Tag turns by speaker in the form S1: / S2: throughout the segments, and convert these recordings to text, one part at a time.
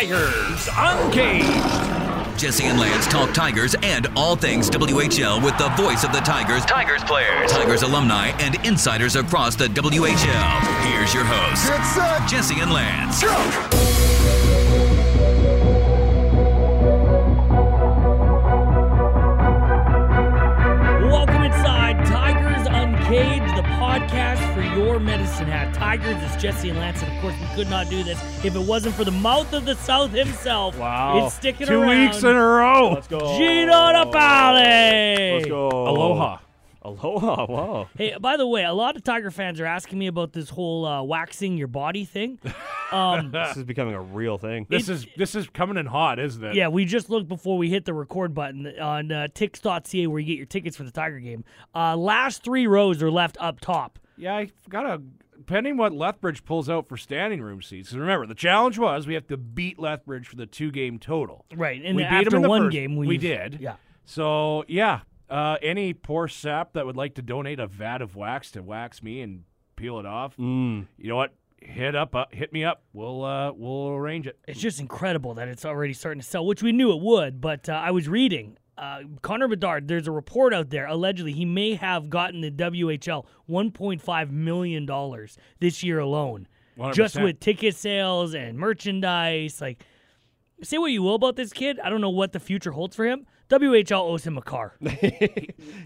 S1: Tigers Uncaged.
S2: Jesse and Lance talk Tigers and all things WHL with the voice of the Tigers, Tigers players, Tigers alumni, and insiders across the WHL. Here's your host,
S3: Get set.
S2: Jesse and Lance.
S4: Welcome inside Tigers Uncaged, the podcast for your medicine hat. Tigers, it's Jesse and Lance, and of course, we could not do this if it wasn't for the mouth of the South himself.
S5: Wow.
S4: It's sticking
S5: Two
S4: around.
S5: weeks in a row.
S3: Let's go.
S4: Gino Napoli.
S3: Let's go.
S5: Aloha.
S3: Aloha. Wow.
S4: Hey, by the way, a lot of Tiger fans are asking me about this whole uh, waxing your body thing. Um,
S3: This is becoming a real thing.
S5: This is this is coming in hot, isn't it?
S4: Yeah, we just looked before we hit the record button on uh, ticks.ca where you get your tickets for the Tiger game. Uh, last three rows are left up top.
S5: Yeah, I gotta pending what Lethbridge pulls out for standing room seats. 'cause remember, the challenge was we have to beat Lethbridge for the two game total.
S4: Right, and
S5: we
S4: then
S5: beat 'em
S4: after
S5: in the
S4: one
S5: first-
S4: game,
S5: we
S4: we've-
S5: did.
S4: yeah.
S5: So yeah, uh, any poor sap that would like to donate a vat of wax to wax me and peel it off, you know what? Hit up, uh, hit me up. We'll uh, we'll arrange it.
S4: It's just incredible that it's already starting to sell, which we knew it would. But uh, I was reading uh, Connor Bedard. There's a report out there allegedly he may have gotten the WHL 1.5 million dollars this year alone, just
S5: 100%.
S4: with ticket sales and merchandise. Like, say what you will about this kid, I don't know what the future holds for him. WHL owes him a car.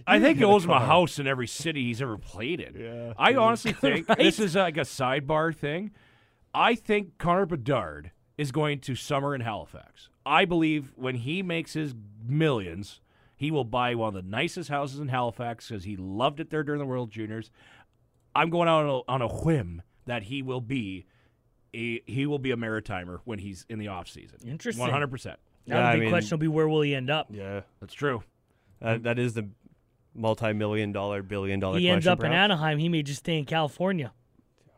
S5: I think he owes him a house in every city he's ever played in. Yeah, I honestly think this is uh, like a sidebar thing. I think Connor Bedard is going to summer in Halifax. I believe when he makes his millions, he will buy one of the nicest houses in Halifax because he loved it there during the World Juniors. I'm going out on a, on a whim that he will be a, he will be a maritimer when he's in the off season.
S4: Interesting.
S5: one hundred percent.
S4: Now
S6: Yeah, I
S4: the big
S6: mean-
S4: question will be where will he end up?
S6: Yeah,
S5: That's true.
S6: that, that is the multi-million dollar, billion dollar.
S4: he ends
S6: question,
S4: up in
S6: perhaps.
S4: Anaheim. He may just stay in California.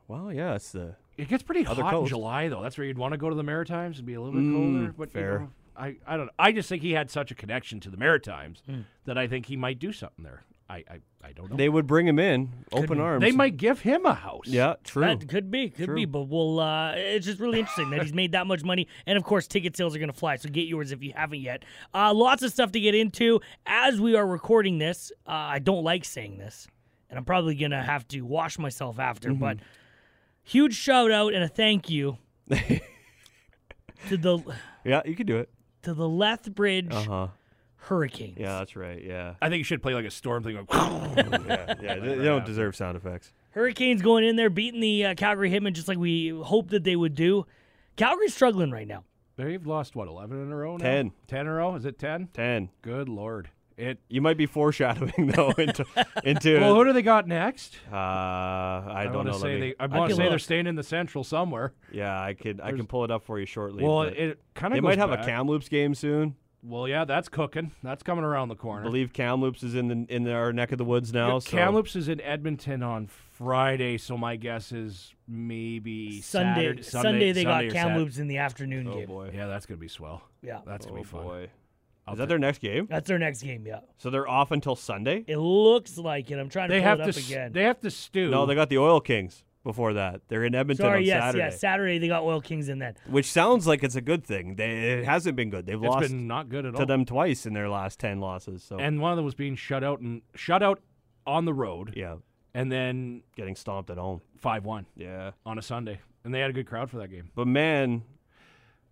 S6: Well, yeah, it's the
S5: It gets pretty
S6: Other
S5: hot in
S6: coast. Mm,
S5: July though. That's where you'd want to go to the Maritimes and be a little bit colder. But you
S6: fair.
S5: know, I, I don't know. I just think he had such a connection to the Maritimes that I think he might do something there. I I, I don't know. They,
S6: they would bring him in, open arms.
S5: might give him a house.
S6: Yeah, true.
S4: That could be, could be, but we'll. Uh, it's just really interesting that he's made that much money, and of course, ticket sales are going to fly. So get yours if you haven't yet. Uh, lots of stuff to get into as we are recording this. Uh, I don't like saying this, and I'm probably going to have to wash myself after.
S6: Mm-hmm.
S4: But huge shout out and a thank you to the
S6: yeah, you could do it.
S4: to the Lethbridge
S6: Uh huh.
S4: Hurricanes.
S6: Yeah, that's right. Yeah,
S5: I think you should play like a storm thing. Like,
S6: yeah. they, they don't deserve sound effects.
S4: Hurricanes going in there beating the uh, Calgary Hitmen just like we hoped that they would do. Calgary's struggling right now.
S5: They've lost what eleven in a row now.
S6: 10.
S5: Ten in a row. Is it ten?
S6: Ten.
S5: Good lord. It.
S6: You might be foreshadowing though into into.
S5: Well, who do they got next?
S6: uh, I don't
S5: wanna
S6: know. let
S5: Say
S6: me-
S5: they, I want
S4: can
S5: to say they're
S4: look.
S5: staying in the Central somewhere.
S6: yeah, I could I can pull it up for you shortly.
S5: Well,
S6: but
S5: it kind of.
S6: they might have a Kamloops game soon.
S5: Well, yeah, that's cooking. That's coming around the corner.
S6: I believe Kamloops is in the in our neck of the woods now.
S5: Yeah,
S6: so-
S5: Kamloops is in Edmonton on Friday, so my guess is maybe
S4: Sunday,
S5: Saturday,
S4: Sunday,
S5: Sunday
S4: they got
S5: or Sat-
S4: Kamloops in the afternoon
S6: Oh
S4: game.
S6: boy.
S5: Yeah, that's gonna be swell.
S4: Yeah,
S5: That's gonna
S6: Oh
S5: be fun.
S6: boy.
S5: I'll
S6: Is that their next game?
S4: that's their next game. Yeah,
S6: So they're off until Sunday?
S4: it looks like it. I'm trying to
S5: They
S4: pull
S5: have
S4: it
S5: to.
S4: up
S5: s-
S4: again.
S5: They have to stew.
S6: No, they got the Oil Kings before that. They're in Edmonton
S4: Sorry,
S6: on
S4: yes,
S6: Saturday,
S4: yes. Saturday they got Oil Kings in then.
S6: which sounds like it's a good thing. They, it hasn't been good. They've
S5: It's
S6: lost
S5: been not good at
S6: to
S5: all.
S6: them twice in their last 10 losses. So,
S5: And one of them was being shut out and shut out on the road,
S6: yeah,
S5: and then
S6: getting stomped at home.
S5: five one
S6: Yeah.
S5: on a Sunday, and they had a good crowd for that game.
S6: But man,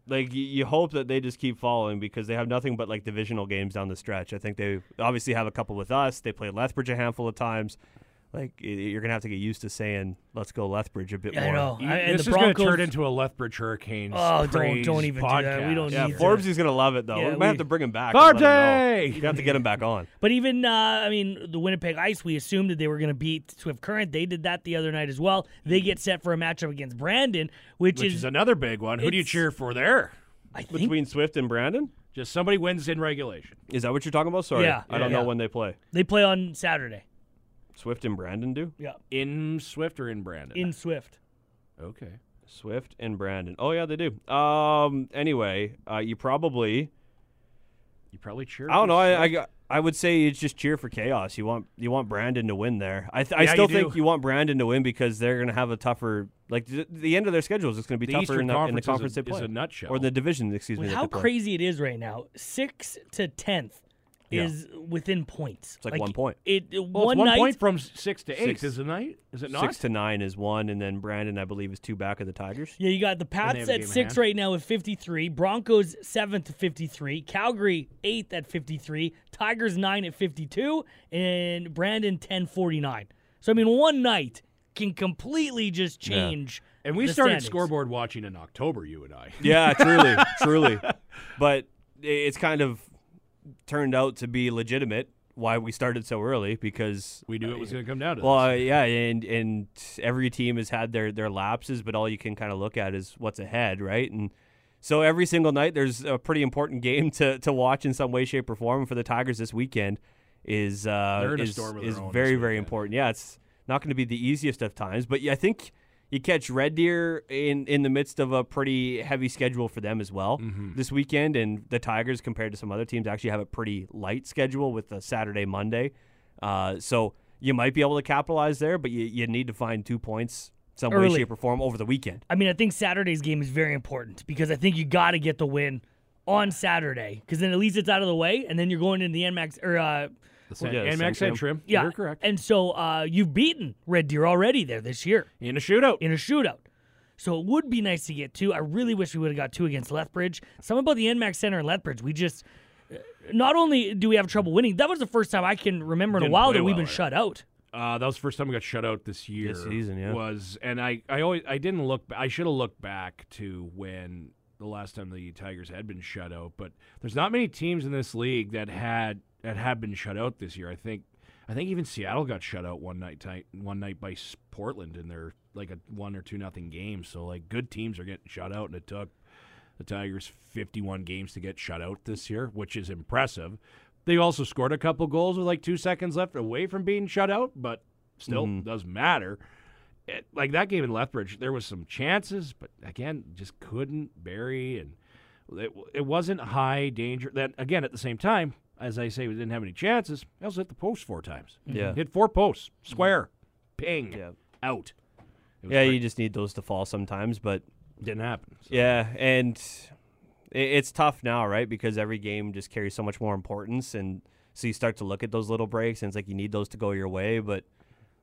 S6: like y- you hope that they just keep following because they have nothing but like divisional games down the stretch. I think they obviously have a couple with us. They play Lethbridge a handful of times. Like y- you're gonna have to get used to saying "Let's go Lethbridge" a bit
S4: I
S6: more.
S4: know. I, and
S5: this
S4: the
S5: is
S4: Broncos.
S5: gonna turn into a Lethbridge Hurricanes.
S4: Oh, don't-
S5: praise
S4: don't even do that. We don't
S5: podcast.
S6: Yeah,
S4: Need to-
S6: Forbes is gonna love it though.
S4: Yeah,
S6: we might
S4: we-
S6: have to bring him back.
S5: Forbes!
S6: and let him know. You have to get him back on.
S4: but even uh, I mean, the Winnipeg Ice. We assumed that they were going to beat Swift Current. They did that the other night as well. They get set for a matchup against Brandon, which,
S5: Which is another big one. Who do you
S4: it's-
S5: cheer for there?
S4: I think
S6: Between Swift and Brandon?
S5: Just somebody wins in regulation.
S6: Is that what you're talking about? Sorry.
S4: Yeah.
S6: I don't
S4: Yeah.
S6: know when they play.
S4: they play on Saturday.
S6: Swift and Brandon do?
S4: Yeah,
S5: In Swift or in Brandon?
S4: in Swift.
S5: okay.
S6: Swift and Brandon. Oh yeah, they do. Um anyway, uh you probably
S5: You probably cheer.
S6: I don't
S5: for
S6: know. I,
S5: Seth.
S6: I g- I would say you just cheer for chaos. You want you want Brandon to win there. I th- I
S5: Yeah,
S6: still
S5: you
S6: think
S5: do.
S6: you want Brandon to win because they're going to have a tougher like th- the end of their schedule is just going to be
S5: The
S6: tougher
S5: Eastern
S6: in, the, in the
S5: Conference
S6: conference
S5: is a-
S6: they play
S5: is a nutshell.
S6: or the division. Excuse me.
S4: With
S6: that
S4: how
S6: they play.
S4: crazy it is right now, sixth to tenth
S6: Yeah.
S4: is within points. It's
S6: like one point.
S4: It, it-
S5: Well, it's
S4: one,
S5: one
S4: night,
S5: point from s- six to eight
S6: Six.
S5: is a night. Is it not?
S6: Six to nine is one, and then Brandon I believe is two back of the Tigers.
S4: Yeah, you got the
S5: have
S4: Pats
S5: a
S4: at
S5: game in
S4: six
S5: hand.
S4: right now with 53, Broncos seventh to 53, Calgary eighth at 53, Tigers nine at 52, and Brandon 1049. So I mean, one night can completely just change.
S5: and we
S4: the
S5: started
S4: standings.
S5: scoreboard watching in October. You and I.
S6: Yeah, truly, truly. But i- it's kind of turned out to be legitimate why we started so early because
S5: We knew it was going to come down to
S6: Well,
S5: this.
S6: uh, yeah, and and every team has had their their lapses, but all you can kind of look at is what's ahead, right? And so every single night, there's a pretty important game to to watch in some way, shape, or form. And for the Tigers this weekend is uh,
S5: They're in a
S6: is,
S5: storm of their
S6: is
S5: own this
S6: very very
S5: weekend.
S6: important. Yeah, it's not going to be the easiest of times, but yeah, I think. You catch Red Deer in, in the midst of a pretty heavy schedule for them as well this weekend, and the Tigers compared to some other teams actually have a pretty light schedule with a Saturday Monday. Uh, so you might be able to capitalize there, but you, you need to find two points some way,
S4: Early.
S6: shape, or form over the weekend.
S4: I mean, I think Saturday's game is very important because I think you got to get the win on Saturday because then at least it's out of the way, and then you're going into the NMAX or uh,
S5: San-
S6: yeah,
S5: and Max
S6: San
S5: and Trim.
S4: yeah,
S5: You're correct.
S4: And so uh, you've beaten Red Deer already there this year.
S5: in a shootout.
S4: in a shootout. So it would be nice to get two. I really wish we would have got two against Lethbridge. Something about the NMAX Center in Lethbridge, we just uh, not only do we have trouble winning, that was the first time I can remember in a
S5: Didn't
S4: while
S5: play
S4: that we've
S5: well,
S4: been
S5: right?
S4: shut out.
S5: Uh, that was the first time I got shut out this year.
S6: season, yeah.
S5: Was and I, I always I didn't look. ba- I should have looked back to when the last time the Tigers had been shut out. But there's not many teams in this league that had that have been shut out this year. I think I think even Seattle got shut out one night ti- one night by S- Portland in their like a one or two nothing game. So like good teams are getting shut out, and it took the Tigers 51 games to get shut out this year, which is impressive. They also scored a couple goals with like two seconds left away from being shut out, but still
S6: Mm-hmm.
S5: doesn't matter. It, like that game in Lethbridge, there was some chances, but again, just couldn't bury, and it, it wasn't high danger. Then again, at the same time, as I say, we didn't have any chances. I also hit the post four times.
S6: Mm-hmm. Yeah. Mm-hmm.
S5: hit four posts, square, ping,
S6: Yeah.
S5: out. It was
S6: Yeah,
S5: great.
S6: you just need those to fall sometimes, but
S5: didn't happen. So-
S6: yeah, and i- it's tough now, right? Because every game just carries so much more importance, and so you start to look at those little breaks, and it's like you need those to go your way, but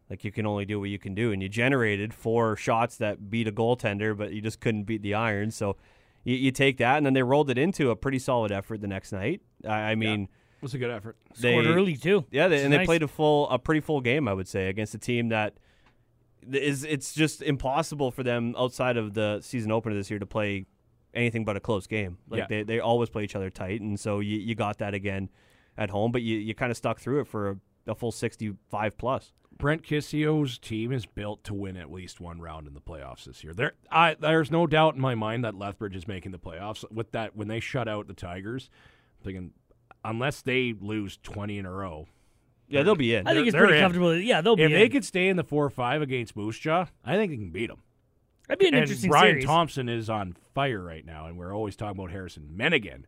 S6: like you can only do what you can do, and you generated four shots that beat a goaltender, but you just couldn't beat the iron, so. You, you take that, and then they rolled it into a pretty solid effort the next night. I, I mean,
S5: It was a good effort.
S4: Scored
S6: they-
S4: early too.
S6: Yeah, they,
S4: It's
S6: and they
S4: nice.
S6: played a full, a pretty full game, I would say, against a team that th- is. It's just impossible for them outside of the season opener this year to play anything but a close game. Like
S5: Yeah.
S6: they, they always play each other tight, and so you, you got that again at home, but you, you kind of stuck through it for a, a full sixty-five plus.
S5: Brent Kisio's team is built to win at least one round in the playoffs this year. There, I, there's no doubt in my mind that Lethbridge is making the playoffs. With that, when they shut out the Tigers, I'm thinking unless they lose 20 in a row,
S6: Yeah, they'll be in.
S4: I think it's
S5: They're-
S4: pretty
S5: they're in.
S4: comfortable. Yeah, they'll be.
S5: if they
S4: in.
S5: could stay in the four or five against Moose Jaw, I think they can beat them.
S4: That'd be an
S5: and
S4: interesting
S5: Brian
S4: series.
S5: Thompson is on fire right now, and we're always talking about Harrison Menigan,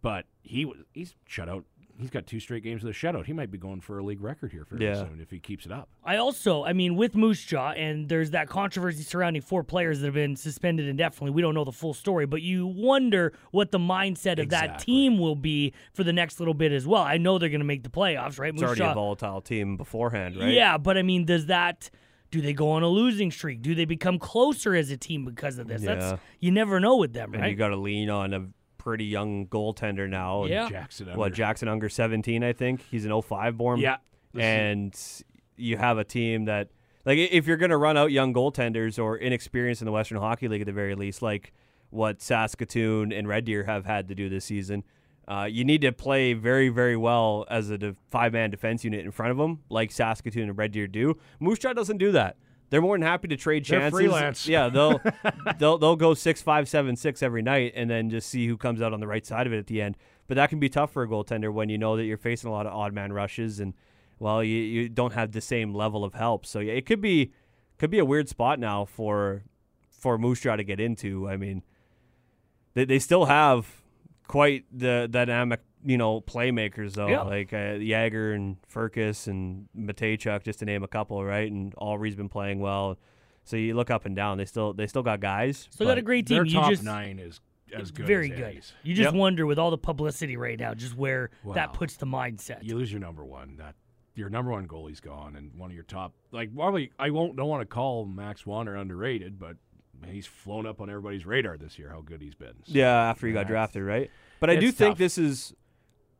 S5: but he was he's shut out. He's got two straight games with a shutout. He might be going for a league record here fairly
S6: Yeah.
S5: soon if he keeps it up.
S4: I also, I mean, with Moose Jaw, and there's that controversy surrounding four players that have been suspended indefinitely. We don't know the full story, but you wonder what the mindset of that
S5: Exactly.
S4: team will be for the next little bit as well. I know they're going to make the playoffs, right?
S6: It's
S4: Moose
S6: already
S4: Jaw-
S6: a volatile team beforehand, right?
S4: Yeah, but I mean, does that do they go on a losing streak? Do they become closer as a team because of this?
S6: Yeah.
S4: That's you never know with them,
S6: and
S4: right?
S6: you got to lean on a pretty young goaltender now. and
S4: Yeah.
S5: Jackson,
S6: what
S5: under.
S6: Jackson Unger 17 I think he's an 05 born
S5: Yeah. This is-
S6: and you have a team that like i- if you're going to run out young goaltenders or inexperienced in the Western Hockey League at the very least like what Saskatoon and Red Deer have had to do this season uh, you need to play very, very well as a de- five-man defense unit in front of them, like Saskatoon and Red Deer do. Moose Jaw doesn't do that. They're more than happy to trade
S5: They're
S6: chances.
S5: freelance.
S6: Yeah, they'll they'll they'll go six five seven six every night, and then just see who comes out on the right side of it at the end. But that can be tough for a goaltender when you know that you're facing a lot of odd man rushes, and well, you, you don't have the same level of help. So yeah, it could be could be a weird spot now for for Moose Jaw to get into. I mean, they they still have quite the dynamic you know, playmakers though,
S4: Yeah.
S6: like uh, Jagger and Furcus and Matejchuk, just to name a couple, right? And Alry's been playing well. So you look up and down. They still they still got guys.
S4: So
S6: but-
S4: got a great team.
S5: Their
S4: you
S5: top
S4: just
S5: nine is as good.
S4: very
S5: as
S4: good.
S5: Eddie's.
S4: You just wonder with all the publicity right now, just where that
S5: Wow.
S4: puts the mindset.
S5: You lose your number one. That your number one goalie's gone, and one of your top like probably I won't don't want to call Max Wander underrated, but man, he's flown up on everybody's radar this year. How good he's been. So-
S6: Yeah, after he got
S5: That's-
S6: drafted, right? But I do
S5: it's
S6: think
S5: tough.
S6: this is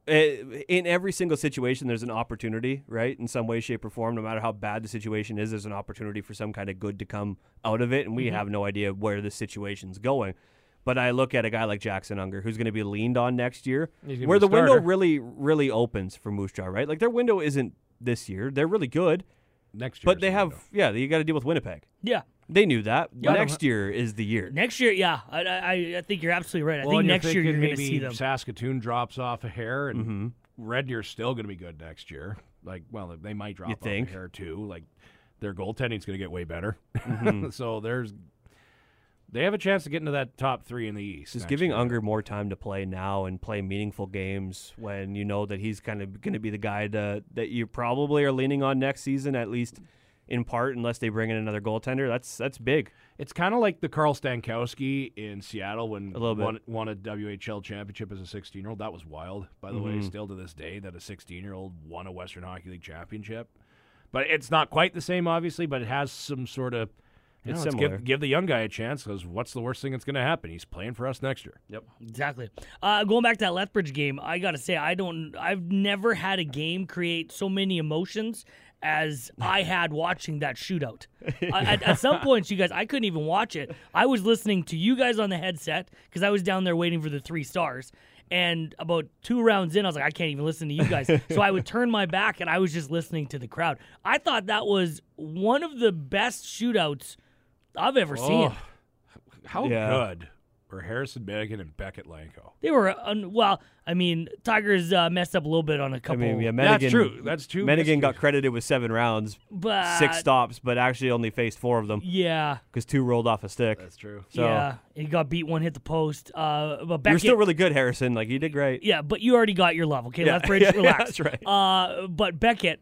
S6: eh, in every single situation. There's an opportunity, right? In some way, shape, or form, no matter how bad the situation is, there's an opportunity for some kind of good to come out of it, and
S5: Mm-hmm.
S6: we have no idea where this situation's going. But I look at a guy like Jackson Unger, who's going to be leaned on next year,
S5: He's gonna
S6: where
S5: be
S6: the
S5: a
S6: window
S5: starter.
S6: really, really opens for Moose Jaw, right? Like their window isn't this year; they're really good,
S5: Next year,
S6: but they have, yeah, you got to deal with Winnipeg.
S4: yeah.
S6: They knew that.
S5: I don't
S6: Next year is the year.
S4: Next year, yeah, I, I, I think you're absolutely right. I
S5: Well,
S4: think
S5: and
S4: next
S5: you're
S4: year you're
S5: thinking
S4: going to
S5: maybe
S4: see them.
S5: Saskatoon drops off a hair, and
S6: Mm-hmm.
S5: Red Deer's still going to be good next year. Like, well, they might drop
S6: You
S5: off
S6: think?
S5: a hair too. Like, their goaltending's going to get way better.
S6: Mm-hmm.
S5: so there's they have a chance to get into that top three in the East.
S6: Just
S5: next
S6: giving
S5: year.
S6: Unger more time to play now and play meaningful games when you know that he's kind of going to be the guy to, that you probably are leaning on next season, at least in part, unless they bring in another goaltender. That's that's big.
S5: It's kind of like the Carl Stankowski in Seattle when
S6: A little bit.
S5: Won, won a WHL championship as a 16 year old. That was wild, by the
S6: Mm-hmm.
S5: way, still to this day, that a 16 year old won a Western Hockey League championship. But it's not quite the same, obviously, but it has some sort of. You
S6: It's
S5: know, let's
S6: similar.
S5: Give, give the young guy a chance because what's the worst thing that's going to happen? He's playing for us next year. Yep.
S4: Exactly. Uh, going back to that Lethbridge game, I gotta say I don't. I've never had a game create so many emotions as I had watching that shootout. I, at, at some points, you guys, I couldn't even watch it. I was listening to you guys on the headset because I was down there waiting for the three stars. And about two rounds in, I was like, I can't even listen to you guys. so I would turn my back and I was just listening to the crowd. I thought that was one of the best shootouts I've ever seen.
S5: Oh, how
S6: Yeah.
S5: good were Harrison Megan and Beckett Lanko?
S4: They were un- well. I mean, Tigers uh, messed up a little bit on a
S6: I
S4: couple.
S6: mean, yeah, Menigan,
S5: That's true. That's two
S6: Menigan got
S5: mysteries.
S6: credited with seven rounds,
S4: but
S6: six stops, but actually only faced four of them
S4: Yeah,
S6: because two rolled off a stick.
S5: That's true.
S6: So
S4: yeah. He got beat. One hit the post. Uh, but
S6: you're
S4: Beckett,
S6: still really good, Harrison. Like you did great.
S4: yeah, but you already got your love. Okay,
S6: Yeah,
S4: Lethbridge,
S6: yeah,
S4: relax.
S6: that's right.
S4: Uh, but Beckett,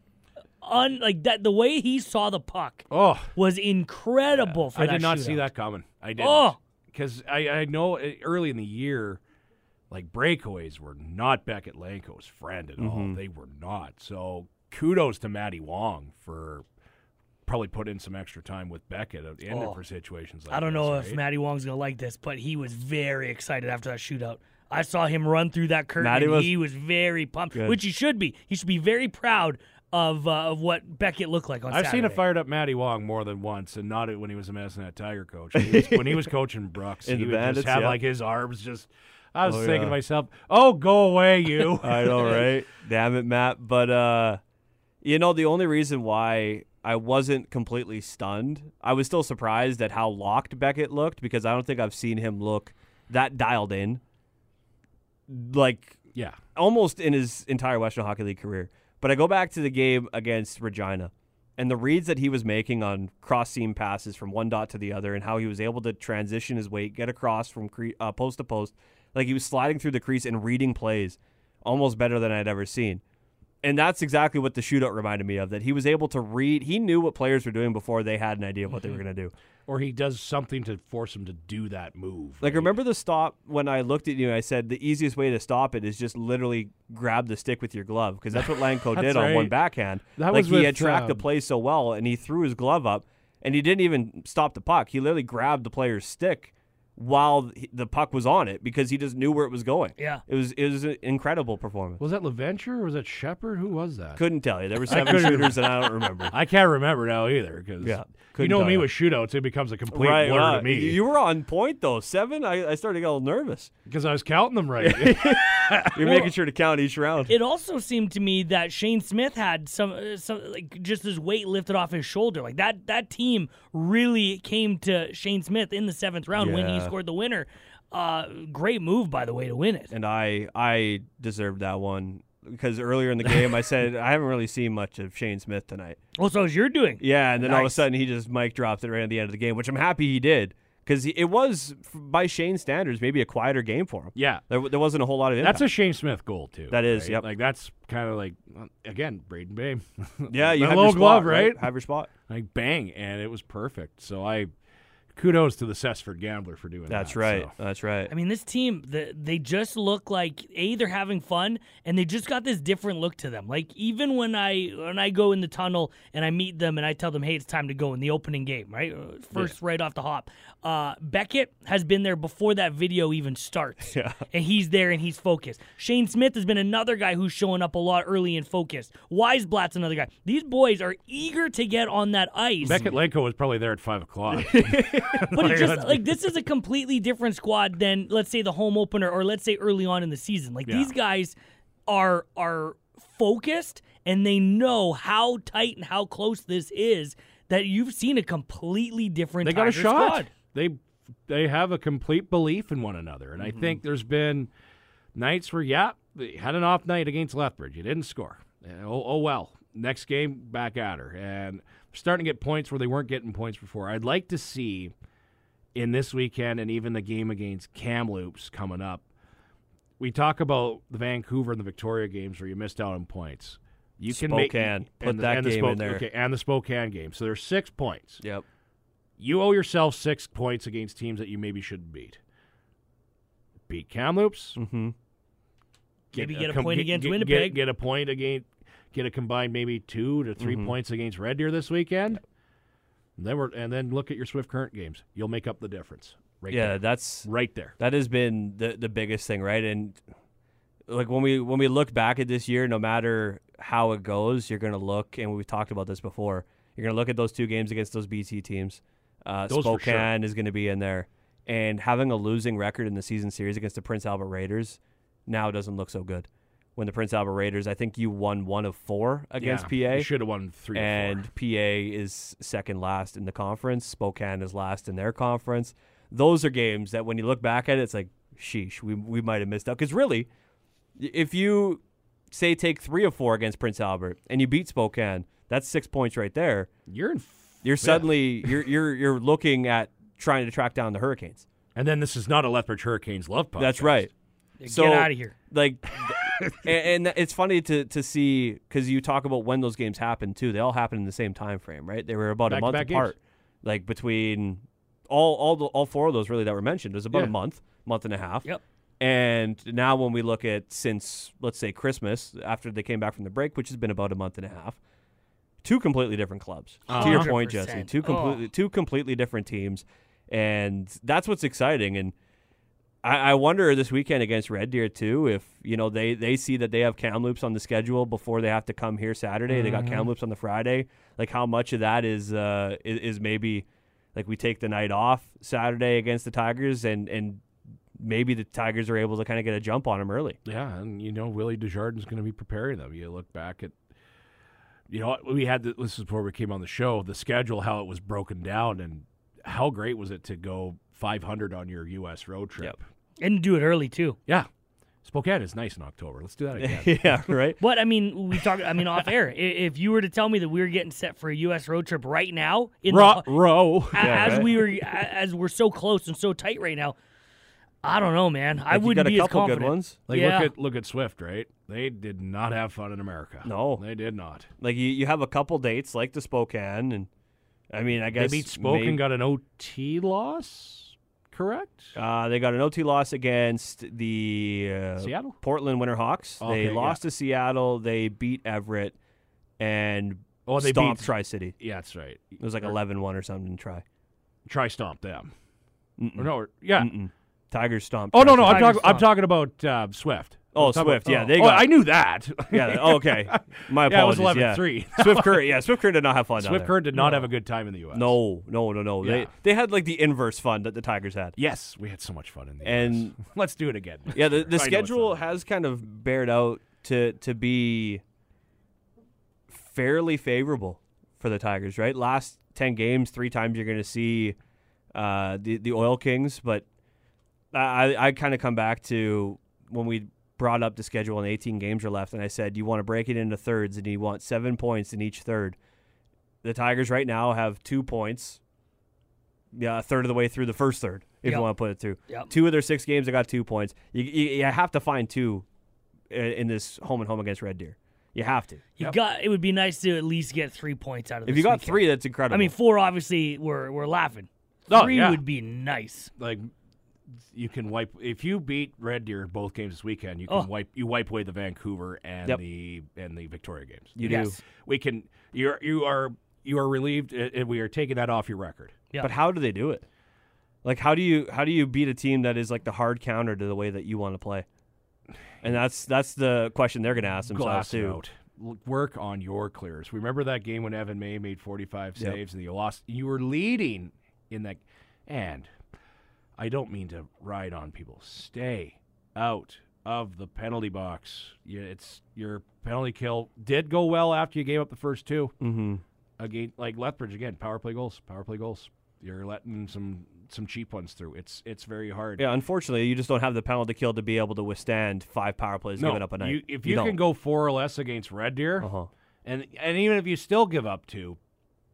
S4: un- like that, the way he saw the puck
S5: Oh,
S4: was incredible. for
S5: I
S4: that
S5: did not see
S4: shootout.
S5: that coming. I didn't.
S4: Oh.
S5: Because I, I know uh, early in the year, like breakaways were not Beckett Lanko's friend at
S4: Mm-hmm.
S5: all. They were not. So kudos to Matty Wong for probably putting in some extra time with Beckett at- in
S4: Oh.
S5: for situations like
S4: I don't know
S5: this,
S4: if
S5: right?
S4: Matty Wong's gonna like this, but he was very excited after that shootout. I saw him run through that curtain.
S6: Matty
S4: and
S6: was-
S4: he was very pumped, which he should be. He should be very proud of uh, of what Beckett looked like on
S5: I've seen a
S4: Saturday.
S5: fired up Matty Wong more than once, and not when he was a Massanet Tiger coach. When he was, when he was coaching Brooks,
S6: In
S5: he
S6: the
S5: would
S6: Bandits,
S5: just have
S6: yeah.
S5: like his arms just. I was
S6: Oh,
S5: thinking
S6: yeah.
S5: to myself, "Oh, go away, you."
S6: I know, right? Damn it, Matt. But uh, you know, the only reason why I wasn't completely stunned, I was still surprised at how locked Beckett looked because I don't think I've seen him look that dialed in, like
S5: yeah,
S6: almost in his entire Western Hockey League career. But I go back to the game against Regina and the reads that he was making on cross seam passes from one dot to the other and how he was able to transition his weight, get across from cre- uh, post to post. Like he was sliding through the crease and reading plays almost better than I'd ever seen. And that's exactly what the shootout reminded me of that he was able to read. He knew what players were doing before they had an idea of what they were going to do.
S5: or he does something to force him to do that move.
S6: Like,
S5: right?
S6: remember the stop when I looked at you and I said the easiest way to stop it is just literally grab the stick with your glove because that's what Lanco did
S5: That's
S6: on one
S5: right.
S6: backhand.
S5: That
S6: like,
S5: was
S6: he
S5: with,
S6: had tracked the
S5: um,
S6: play so well and he threw his glove up and he didn't even stop the puck. He literally grabbed the player's stick while he- the puck was on it because he just knew where it was going.
S4: Yeah.
S6: It was, it was an incredible performance.
S5: Was that LaVenture or was that Shepard? Who was that?
S6: Couldn't tell you. There were seven
S5: couldn't-
S6: shooters and I don't remember.
S5: I can't remember now either because
S6: Yeah,
S5: you
S6: couldn't
S5: know
S6: tell
S5: me
S6: you.
S5: with shootouts, it becomes a complete blur
S6: wow.
S5: to me
S6: uh, You were on point though. Seven? I, I started to get a little nervous.
S5: because I was counting them right.
S6: You're making sure to count each round.
S4: It also seemed to me that Shane Smith had some, uh, some like just his weight lifted off his shoulder. Like that that team really came to Shane Smith in the seventh round when he
S6: Yeah.
S4: scored the winner. Uh, great move by the way to win it.
S6: and I I deserved that one because earlier in the game I said I haven't really seen much of Shane Smith tonight.
S4: Also, as you're doing,
S6: Yeah, and then all of a
S4: Nice.
S6: sudden he just mic dropped it right at the end of the game, which I'm happy he did because it was f- by Shane standards maybe a quieter game for him.
S5: Yeah.
S6: there, there wasn't a whole lot of impact.
S5: That's a Shane Smith goal too.
S6: That is,
S5: right?
S6: yep.
S5: Like that's kind of like again, Braden Bay.
S6: yeah, you
S5: that
S6: have
S5: little
S6: your spot,
S5: glove, right?
S6: Have your spot.
S5: like bang, and it was perfect. So I kudos to the Cessford Gambler for doing
S6: That's
S5: that.
S6: right.
S5: so.
S6: That's right.
S4: I mean, this team, the, they just look like a they're having fun, and they just got this different look to them. Like even when I when I go in the tunnel and I meet them and I tell them, hey, it's time to go in the opening game, right? Uh, First, right off the hop, uh, Beckett has been there before that video even starts, yeah. and he's there and he's focused. Shane Smith has been another guy who's showing up a lot early and focused. Weisblatt's another guy. These boys are eager to get on that ice
S5: Beckett Lenko was probably there at five o'clock.
S4: but it just
S5: let's
S4: like this is a completely different squad than let's say the home opener or let's say early on in the season. Like
S5: Yeah.
S4: these guys are are focused and they know how tight and how close this is. That you've seen a completely different.
S5: they got a
S4: Tiger
S5: shot.
S4: Squad.
S5: They they have a complete belief in one another, and
S4: Mm-hmm.
S5: I think there's been nights where yeah, they had an off night against Lethbridge. You didn't score. And Oh, oh well. Next game back at her, and starting to get points where they weren't getting points before. I'd like to see in this weekend and even the game against Kamloops coming up. We talk about the Vancouver and the Victoria games where you missed out on points. You can
S6: Spokane.
S5: make
S6: Put
S5: and the-
S6: that
S5: and the
S6: game in
S5: Spok-
S6: there.
S5: okay, and the Spokane game. So there's six points
S6: Yep.
S5: you owe yourself six points against teams that you maybe shouldn't beat. Beat Kamloops. Mm-hmm.
S4: Maybe get a point against Winnipeg.
S5: Get, a point against. Get a combined maybe two to 3 points against Red Deer this weekend. And then we're and then look at your Swift Current games. You'll make up the difference. Right
S6: Yeah,
S5: there.
S6: that's
S5: right there.
S6: that has been the the biggest thing, right? And like when we when we look back at this year, no matter how it goes, you're gonna look, and we've talked about this before. You're gonna look at those two games against those BC teams. Uh,
S5: Those for sure.
S6: Spokane is gonna be in there, and having a losing record in the season series against the Prince Albert Raiders now doesn't look so good. When the Prince Albert Raiders, I think you won one of four against
S5: Yeah, you
S6: PA.
S5: should have won three. or
S6: and
S5: four.
S6: PA is second last in the conference. Spokane is last in their conference. Those are games that when you look back at it, it's like, sheesh, we, we might have missed out. Because really, y- if you say take three or four against Prince Albert and you beat Spokane, that's six points right there.
S5: you're in.
S6: You're suddenly you're you're you're looking at trying to track down the Hurricanes.
S5: And then this is not a Lethbridge Hurricanes love podcast.
S6: That's right. So,
S4: Get out of here.
S6: Like, th- and, and it's funny to to see because you talk about when those games happened too. They all happened in the same time frame, right? They were about a month
S5: Back-to-back games.
S6: apart. Like between all all the, all four of those really that were mentioned it was about
S5: Yeah.
S6: a month, month and a half.
S4: Yep.
S6: And now when we look at since let's say Christmas after they came back from the break, which has been about a month and a half, two completely different clubs. To
S4: Uh-huh.
S6: your point, Jesse,
S4: 100%.
S6: two completely two completely different teams, and that's what's exciting. And I, I wonder this weekend against Red Deer too if you know they they see that they have Kamloops on the schedule before they have to come here Saturday. They
S4: Mm-hmm.
S6: got Kamloops on the Friday. Like how much of that is uh is, is maybe like we take the night off Saturday against the Tigers and and maybe the Tigers are able to kind of get a jump on them early.
S5: Yeah, and you know Willie Desjardins going to be preparing them. You look back at, you know, we had the, this is before we came on the show the schedule how it was broken down and how great was it to go 500 on your U.S. road trip.
S6: Yep.
S4: And do it early too.
S5: Yeah, Spokane is nice in October. Let's do that again.
S6: yeah, right.
S4: But I mean, we talk. I mean, off air. I- If you were to tell me that we were getting set for a U.S. road trip right now, in the
S5: Ro-
S4: ho-
S5: row.
S4: a- as we were a- as we're so close and so tight right now. I don't know, man. I
S6: Like, you
S4: wouldn't
S6: got a
S4: be as
S6: couple good
S4: confident.
S6: ones.
S5: Like
S4: Yeah.
S5: look at look at Swift, right? They did not have fun in America.
S6: No.
S5: they did not.
S6: Like you, you have a couple dates like the Spokane and I mean
S5: They
S6: I guess
S5: beat Spokane,
S6: may-
S5: got an OT loss, correct?
S6: Uh, they got an OT loss against the uh,
S5: Seattle?
S6: Portland Winterhawks.
S5: Okay,
S6: they lost to Seattle. They beat Everett and
S5: Oh, they
S6: stomped
S5: beat-
S6: Tri City.
S5: yeah, that's right.
S6: It was like 11 1 or something. Try.
S5: Try stomp them.
S6: Mm.
S5: Or no, or- yeah.
S6: Tigers stomped.
S5: Oh no, no,
S6: Tri-City.
S5: I'm
S4: Tigers
S5: talking. I'm
S4: suck.
S5: talking about uh, Swift.
S6: Oh,
S5: I'm talking
S6: Swift, yeah,
S5: oh.
S6: they
S5: Oh,
S6: got-
S5: I knew that.
S6: Yeah, oh, okay. My
S5: Yeah, it was
S6: apologies.
S5: 11-3.
S6: Swift Current. Yeah, Swift Current did not have fun. down
S5: Swift
S6: there.
S5: Current did not have a good time in the U.S.
S6: No, no, no, no. They
S5: Yeah.
S6: they had like the inverse fun that the Tigers had.
S5: Yes, we had so much fun in the
S6: And-
S5: U.S. Let's do it again.
S6: Yeah, the, the
S5: I know it's
S6: schedule
S5: not-
S6: has kind of bared out to to be fairly favorable for the Tigers, right? Last ten games, three times you're going to see uh, the the Oil Kings, but I I kind of come back to when we brought up the schedule and 18 games are left, and I said you want to break it into thirds, and you want seven points in each third. The Tigers right now have two points yeah, a third of the way through the first third, if
S4: Yep.
S6: you want to put it through.
S4: Yep.
S6: Two of their six games, they got two points. You, you, you have to find two i- in this home and home against Red Deer. You have to.
S4: You got. It would be nice to at least get three points out of.
S6: If
S4: this
S6: you got
S4: weekend.
S6: three, that's incredible.
S4: I mean four. Obviously, we're we're laughing.
S5: Oh,
S4: Three
S5: yeah.
S4: would be nice.
S5: Like you can wipe if you beat Red Deer both games this weekend, you can
S4: Oh.
S5: wipe you wipe away the Vancouver and
S6: Yep.
S5: the and the Victoria games.
S6: you do.
S4: yes.
S5: We can you're you are you are relieved uh, and we are taking that off your record.
S4: Yeah.
S6: But how do they do it? Like how do you how do you beat a team that is like the hard counter to the way that you want to play? And that's that's the question they're going to ask themselves
S5: Glass
S6: too.
S5: out. L- Work on your clears. Remember that game when Evan May made 45
S6: Yep.
S5: saves and you lost. You were leading in that, and I don't mean to ride on people. Stay out of the penalty box. Yeah, It's your penalty kill did go well after you gave up the first two.
S6: Mm-hmm.
S5: Again, like Lethbridge again, power play goals, power play goals. You're letting some some cheap ones through. It's it's very hard.
S6: Yeah, unfortunately, you just don't have the penalty kill to be able to withstand five power plays given up a night.
S5: You, if you, can
S6: don't.
S5: go four or less against Red Deer,
S6: Uh-huh.
S5: and and even if you still give up two,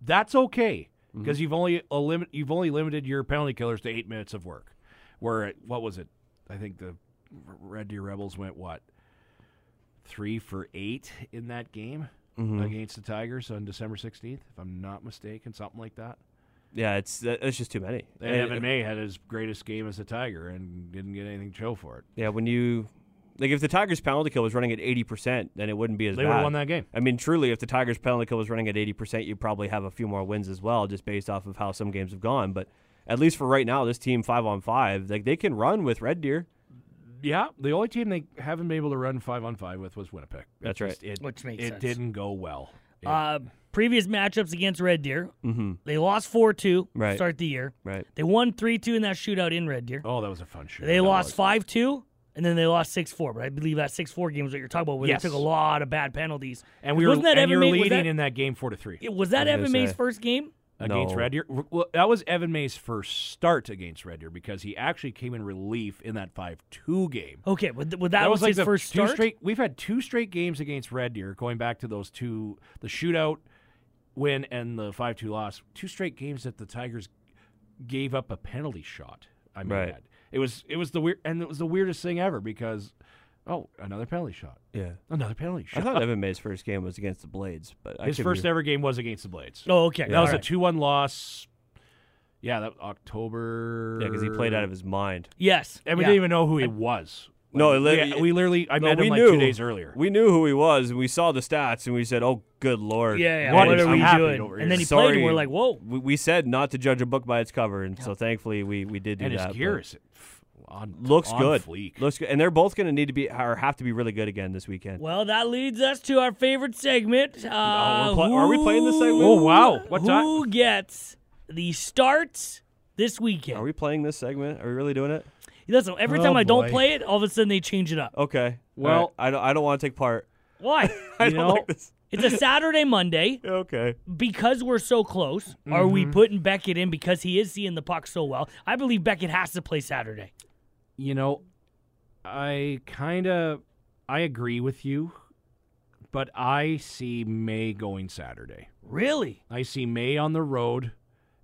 S5: that's okay
S6: Mm-hmm.
S5: because you've only a limit you've only limited your penalty killers to eight minutes of work. Where it, what was it? I think the R- Red Deer Rebels went what three for eight in that game
S6: Mm-hmm.
S5: against the Tigers on December sixteenth, if I'm not mistaken, something like that.
S6: yeah, it's uh, it's just too many.
S5: And
S6: Uh,
S5: Evan May had his greatest game as a Tiger and didn't get anything to show for it.
S6: yeah, when you like if the Tigers penalty kill was running at eighty percent, then it wouldn't be as
S5: They would
S6: bad.
S5: have won that game.
S6: I mean, truly, if the Tigers' penalty kill was running at 80%, you'd probably have a few more wins as well, just based off of how some games have gone. But at least for right now, this team five on five, like they can run with Red Deer.
S5: Yeah, the only team they haven't been able to run five on five with was Winnipeg. It
S6: That's right.
S5: just- It,
S4: Which makes
S5: it
S4: sense.
S5: didn't go well. It-
S4: Uh, previous matchups against Red Deer, mm-hmm. they lost four two
S6: Right.
S4: start the year.
S6: Right.
S4: They won three two in that shootout in Red Deer.
S5: oh, that was a fun shoot.
S4: They lost five two, and then they lost six four. But I believe that six four game was what you're talking about, where
S5: Yes.
S4: they took a lot of bad penalties.
S5: and we were
S4: wasn't that
S5: and
S4: Evan
S5: you were
S4: May,
S5: leading
S4: was that,
S5: in that game four to three
S4: it- was that
S6: I was
S4: Evan
S6: gonna
S4: May's
S6: say.
S4: first game?
S5: against
S6: No.
S5: Red Deer. Well, that was Evan May's first start against Red Deer because he actually came in relief in that five two game.
S4: Okay, but th- well, that, was,
S5: like
S4: his
S5: the
S4: first
S5: two
S4: start.
S5: straight. We've had two straight games against Red Deer, going back to those two, the shootout win and the five two loss. Two straight games that the Tigers gave up a penalty shot. I mean,
S6: Right.
S5: it was it was the weird and it was the weirdest thing ever because oh another penalty shot,
S6: Yeah.
S5: another penalty
S6: I
S5: shot.
S6: thought Evan May's first game was against the Blades, but I
S5: His
S6: could
S5: first
S6: be,
S5: ever game was against the Blades.
S4: Oh, okay.
S5: That
S4: all
S5: was a
S4: right.
S5: two one loss. Yeah, that October.
S6: Yeah, because he played out of his mind.
S4: yes,
S5: and we
S4: yeah.
S5: didn't even know who he was.
S6: No,
S5: Like,
S6: it
S5: we,
S6: lit-
S5: we literally I
S6: No,
S5: met
S6: we
S5: him like
S6: knew.
S5: two days earlier.
S6: We knew who he was, and we saw the stats, and we said, "Oh, good lord,
S4: Yeah, yeah.
S5: What
S4: What,
S5: is
S4: are we
S5: happening over
S4: doing?
S5: here?
S4: And then he
S6: Sorry.
S4: played, and we're like, whoa.
S6: We, we said not to judge a book by its cover, and so thankfully we we did do
S5: and his
S6: that. but-
S5: gear is f- on
S6: looks
S5: on
S6: good.
S5: Fleek.
S6: Looks good, and they're both going to need to be or have to be really good again this weekend.
S4: Well, that leads us to our favorite segment. Uh,
S6: pla- are we playing this segment?
S5: Oh, wow. What
S4: who
S5: time?
S4: gets the starts this weekend?
S6: Are we playing this segment? Are we really doing it?
S4: Listen, every
S5: Oh,
S4: time I don't
S5: boy.
S4: play it, all of a sudden they change it up.
S6: Okay.
S5: Well-
S6: All right. I don't. I don't want to take part.
S4: Why?
S6: I
S5: You
S6: don't like
S5: know-
S6: this.
S4: it's a Saturday, Monday.
S6: Okay.
S4: Because we're so close, are
S6: Mm-hmm.
S4: we putting Beckett in because he is seeing the puck so well? I believe Beckett has to play Saturday.
S5: you know, I kind of I agree with you, but I see May going Saturday.
S4: Really?
S5: I see May on the road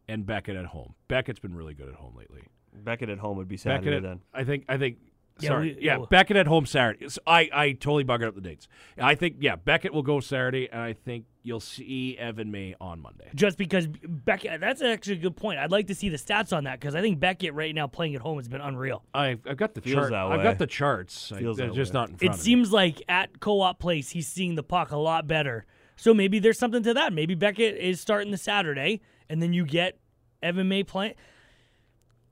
S5: and Beckett at home. Beckett's been really good at home lately.
S6: Beckett at home would be Saturday
S5: Beckett at,
S6: then.
S5: I think I think
S4: Yeah,
S5: sorry.
S4: we-
S5: yeah,
S4: we'll-
S5: Beckett at home Saturday. So I I totally buggered up the dates. I think yeah, Beckett will go Saturday and I think you'll see Evan May on Monday.
S4: Just because Beckett, that's actually a good point. I'd like to see the stats on that because I think Beckett right now playing at home has been unreal.
S5: I I've got the
S6: Feels
S5: chart.
S6: that
S5: I've
S6: way.
S5: got the charts. I-
S6: Feels
S5: they're
S6: that
S5: just
S6: way.
S5: not in front
S4: It
S5: of me.
S4: seems like at co op place, he's seeing the puck a lot better. So maybe there's something to that. Maybe Beckett is starting the Saturday, and then you get Evan May playing.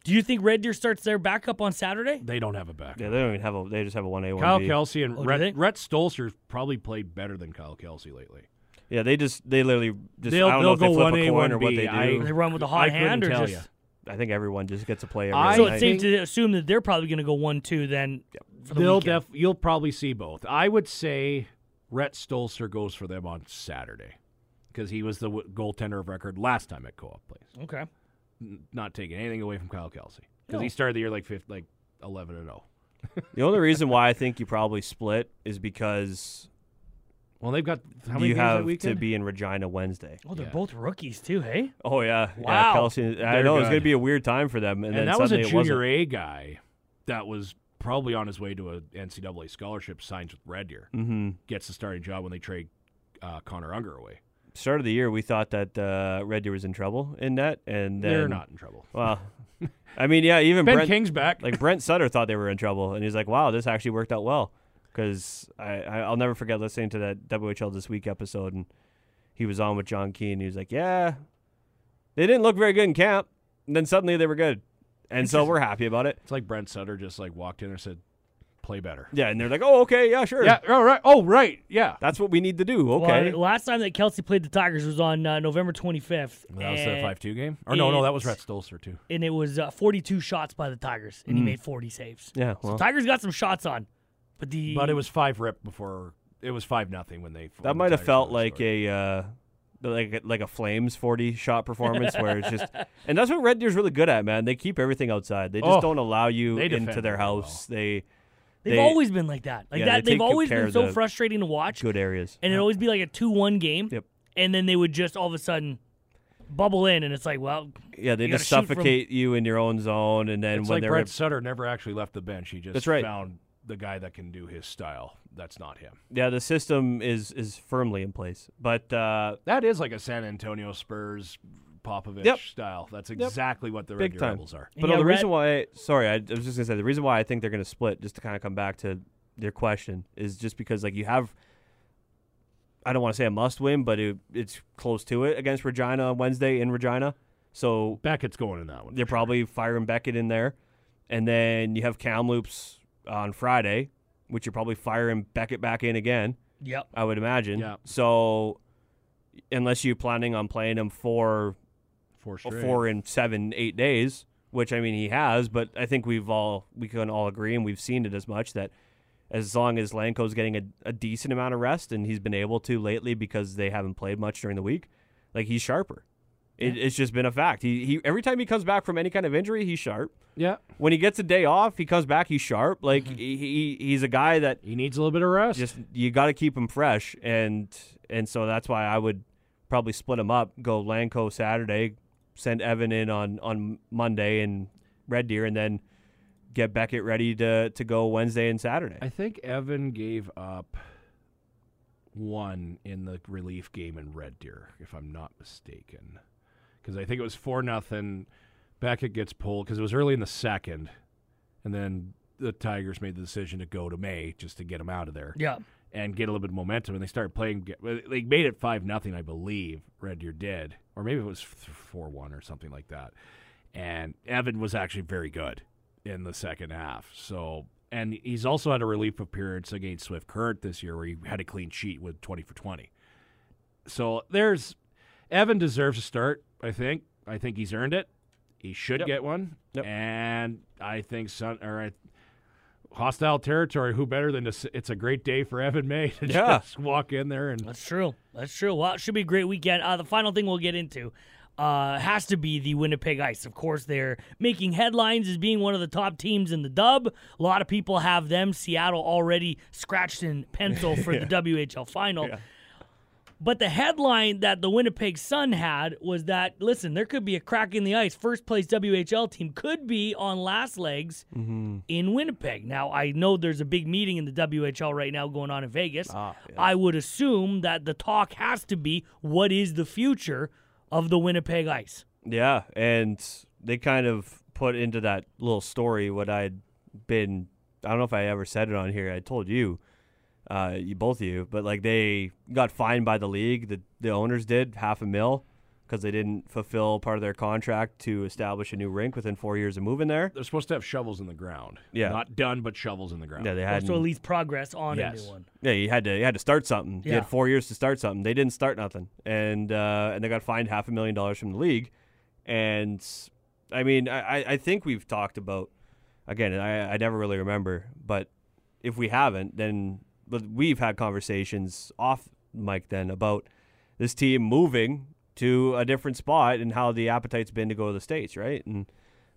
S4: Do you think Red Deer starts their backup on Saturday?
S5: they don't have a backup.
S6: Yeah, they don't even have a. They just have a one A one.
S5: Kyle Kelsey and
S4: Oh, do they?
S5: Rhett, Rhett Stolzer's probably played better than Kyle Kelsey lately.
S6: Yeah, they just they literally just.
S5: They'll-
S6: I don't know
S5: they'll
S6: if they
S5: go
S6: flip
S5: 1A,
S6: a coin or what
S5: 1B.
S6: they do.
S5: I-
S4: They run with a hot
S5: I couldn't
S4: hand, or
S5: tell
S4: just
S5: ya.
S6: I think everyone just gets to play every
S5: I-
S4: so
S6: night.
S4: it's safe to assume that they're probably going to go one two then. For the
S5: They'll
S4: weekend.
S5: def- you'll probably see both. I would say Rhett Stolzer goes for them on Saturday because he was the w- goaltender of record last time at co-op place.
S4: okay.
S5: N- Not taking anything away from Kyle Kelsey because
S4: No.
S5: he started the year like fifth, like eleven and oh. zero.
S6: the only reason why I think you probably split is because
S5: Well, they've got how many
S6: you
S5: games that
S6: have to
S5: weekend?
S6: be in Regina Wednesday.
S4: Oh, they're both rookies too, hey?
S6: Oh yeah,
S4: Wow.
S6: yeah. Kelsey, I
S5: They're
S6: know it was
S5: good.
S6: going to be a weird time for them, and,
S5: and
S6: then
S5: that was a
S6: suddenly it wasn't.
S5: junior A guy that was probably on his way to a NCAA scholarship, signs with Red Deer, mm-hmm. gets the starting job when they trade uh, Connor Unger away.
S6: Start of the year, we thought that uh, Red Deer was in trouble in net, and then
S5: They're not in trouble.
S6: Well, I mean, yeah, even
S5: Ben
S6: Brent,
S5: King's back.
S6: like Brent Sutter thought they were in trouble, and he's like, "Wow, this actually worked out well." Because I, I I'll never forget listening to that WHL this week episode, and he was on with John Keane. He was like, "Yeah, they didn't look very good in camp, and then suddenly they were good, and so we're happy about it."
S5: it's like Brent Sutter just like walked in and said, "Play better."
S6: Yeah, and they're like, "Oh, okay, yeah, sure,
S5: Yeah. Oh right. Oh right. Yeah.
S6: that's what we need to do."
S4: Well,
S6: Okay,
S4: last time that Kelsey played the Tigers was on uh, November 25th.
S5: That was the
S4: and-
S5: five-two game. Or no, no, that was Red Stolzer too.
S4: and it was uh, 42 shots by the Tigers, and he made 40 saves.
S6: Mm. yeah, well,
S4: Tigers got some shots on, but the
S5: But it was five rip before. It was five nothing when they.
S6: that might have felt like a uh, like a- like a Flames forty shot performance where it's just, and that's what Red Deer's really good at, man. They keep everything outside. They just
S5: Oh,
S6: don't allow you
S5: they defend
S6: into their
S5: really well.
S6: house. They
S4: they've
S6: they-
S4: always been like that. Like
S6: Yeah,
S4: that, they
S6: they
S4: have
S6: take
S4: always
S6: good care
S4: been
S6: of
S4: so
S6: the
S4: frustrating to watch,
S6: good areas.
S4: and it'd always be like a two-one game.
S6: Yep.
S4: And then they would just all of a sudden bubble in, and it's like, well,
S6: Yeah, they
S4: You
S6: just
S4: gotta shoot from-
S6: suffocate you in your own zone, and then
S5: It's
S6: when
S5: like
S6: they're
S5: Brent Sutter never actually left the bench. He just
S6: That's right.
S5: found the guy that can do his style. That's not him.
S6: yeah, the system is is firmly in place. But uh,
S5: That is like a San Antonio Spurs Popovich
S6: Yep.
S5: style. That's exactly what the Red
S6: Big
S5: Deer
S6: time.
S5: Rebels are.
S4: And
S6: but no,
S4: yeah,
S6: the
S4: Red-
S6: reason why sorry, I, I was just gonna say the reason why I think they're gonna split, just to kind of come back to your question, is just because like you have. I don't want to say a must win, but it, it's close to it against Regina on Wednesday in Regina. So
S5: Beckett's going in that one.
S6: they're probably firing Beckett in there. And then you have Kamloops on Friday, which you're probably firing Beckett back in again.
S4: yep,
S6: I would imagine.
S5: Yeah.
S6: So unless you're planning on playing him four,
S5: for sure.
S6: four and seven, eight days, which I mean he has, but I think we've all we can all agree and we've seen it as much that as long as Lanco's getting a, a decent amount of rest and he's been able to lately because they haven't played much during the week, like he's sharper. It, It's just been a fact. He, he every time he comes back from any kind of injury, he's sharp.
S5: Yeah,
S6: When he gets a day off, he comes back, he's sharp. Like he, he he's a guy that
S5: he needs a little bit of rest.
S6: just you got to keep them fresh and and so that's why I would probably split them up go Lanco Saturday send Evan in on on Monday and Red Deer and then get Beckett ready to to go Wednesday and Saturday
S5: I think Evan gave up one in the relief game in Red Deer, if I'm not mistaken, because I think it was four nothing. Beckett gets pulled because it was early in the second, and then the Tigers made the decision to go to May just to get him out of there
S4: yeah.
S5: and get a little bit of momentum. And they started playing. get- well, They made it five nothing, I believe. Red Deer did, or maybe it was four one or something like that. And Evan was actually very good in the second half. So, and he's also had a relief appearance against Swift Current this year, where he had a clean sheet with twenty for twenty. So there's Evan deserves a start. I think. I think he's earned it. He should get one.
S6: Yep.
S5: And I think Sun or I, hostile territory. Who better than to? s- It's a great day for Evan May to
S6: Yeah.
S5: just walk in there and
S4: That's true. That's true. Well, it should be a great weekend. Uh, the final thing we'll get into uh, has to be the Winnipeg Ice. Of course, they're making headlines as being one of the top teams in the dub. A lot of people have them. Seattle already scratched in pencil for the WHL final. But the headline that the Winnipeg Sun had was that listen, there could be a crack in the ice. First place WHL team could be on last legs in Winnipeg. Now I know there's a big meeting in the WHL right now going on in Vegas. I would assume that the talk has to be what is the future of the Winnipeg Ice.
S6: yeah and they kind of put into that little story what I'd been I don't know if I ever said it on here I told you uh you both of you but like they got fined by the league the the owners did half a mil because they didn't fulfill part of their contract to establish a new rink within four years of moving there
S5: they're supposed to have shovels in the ground.
S6: Yeah.
S5: not done, but shovels in the ground.
S6: yeah they
S4: Or
S6: had
S4: so at least progress on a
S5: Yes.
S4: new one.
S6: yeah you had to you had to start something you
S4: Yeah.
S6: had four years to start something they didn't start nothing and uh and they got fined half a million dollars from the league and i mean i I- i think we've talked about again i i never really remember but if we haven't then but we've had conversations off mic then about this team moving to a different spot and how the appetite's been to go to the states right and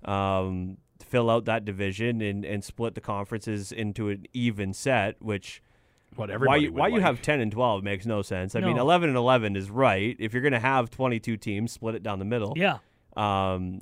S6: um, fill out that division and, and split the conferences into an even set which
S5: What
S6: Why
S5: everybody
S6: you,
S5: would
S6: why you
S5: like.
S6: have 10 and 12 makes no sense. I mean,
S4: No.
S6: 11 and 11 is right. If you're going to have 22 teams, split it down the middle.
S4: Yeah.
S6: Um,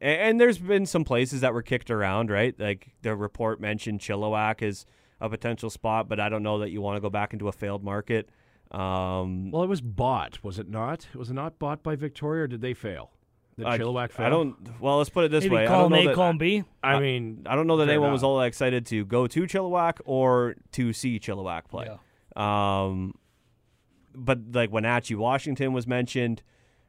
S6: a- and, there's been some places that were kicked around, right? Like the report mentioned Chilliwack is a potential spot, but I don't know that you want to go back into a failed market. Um,
S5: Well, it was bought, was it not? Was it not bought by Victoria, or did they fail? Did
S6: I,
S5: Chilliwack fail?
S6: I don't. Well, let's put it this
S4: Maybe
S6: way. I
S4: column
S6: don't know
S4: A,
S6: that,
S4: column B.
S5: I mean,
S6: I don't know that
S5: Fair
S6: anyone
S5: enough.
S6: was all that excited to go to Chilliwack or to see Chilliwack play. Um, but like Wenatchee, Washington was mentioned,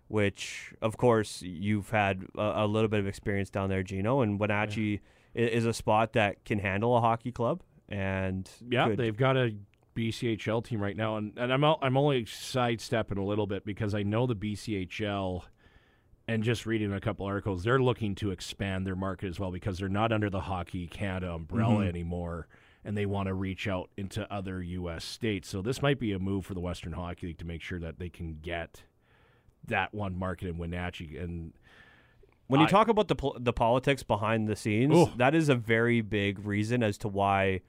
S6: which of course you've had a, a little bit of experience down there, Gino, and Wenatchee i is a spot that can handle a hockey club. And
S5: yeah,
S6: could-
S5: they've got a BCHL team right now, and, and I'm o- I'm only sidestepping a little bit because I know the BCHL, and just reading a couple articles, they're looking to expand their market as well because they're not under the Hockey Canada umbrella
S6: Mm-hmm.
S5: anymore, and they want to reach out into other U.S. states. So this might be a move for the Western Hockey League to make sure that they can get that one market in Wenatchee and.
S6: when you
S5: I-
S6: talk about the pol- the politics behind the scenes,
S5: Ooh.
S6: that is a very big reason as to why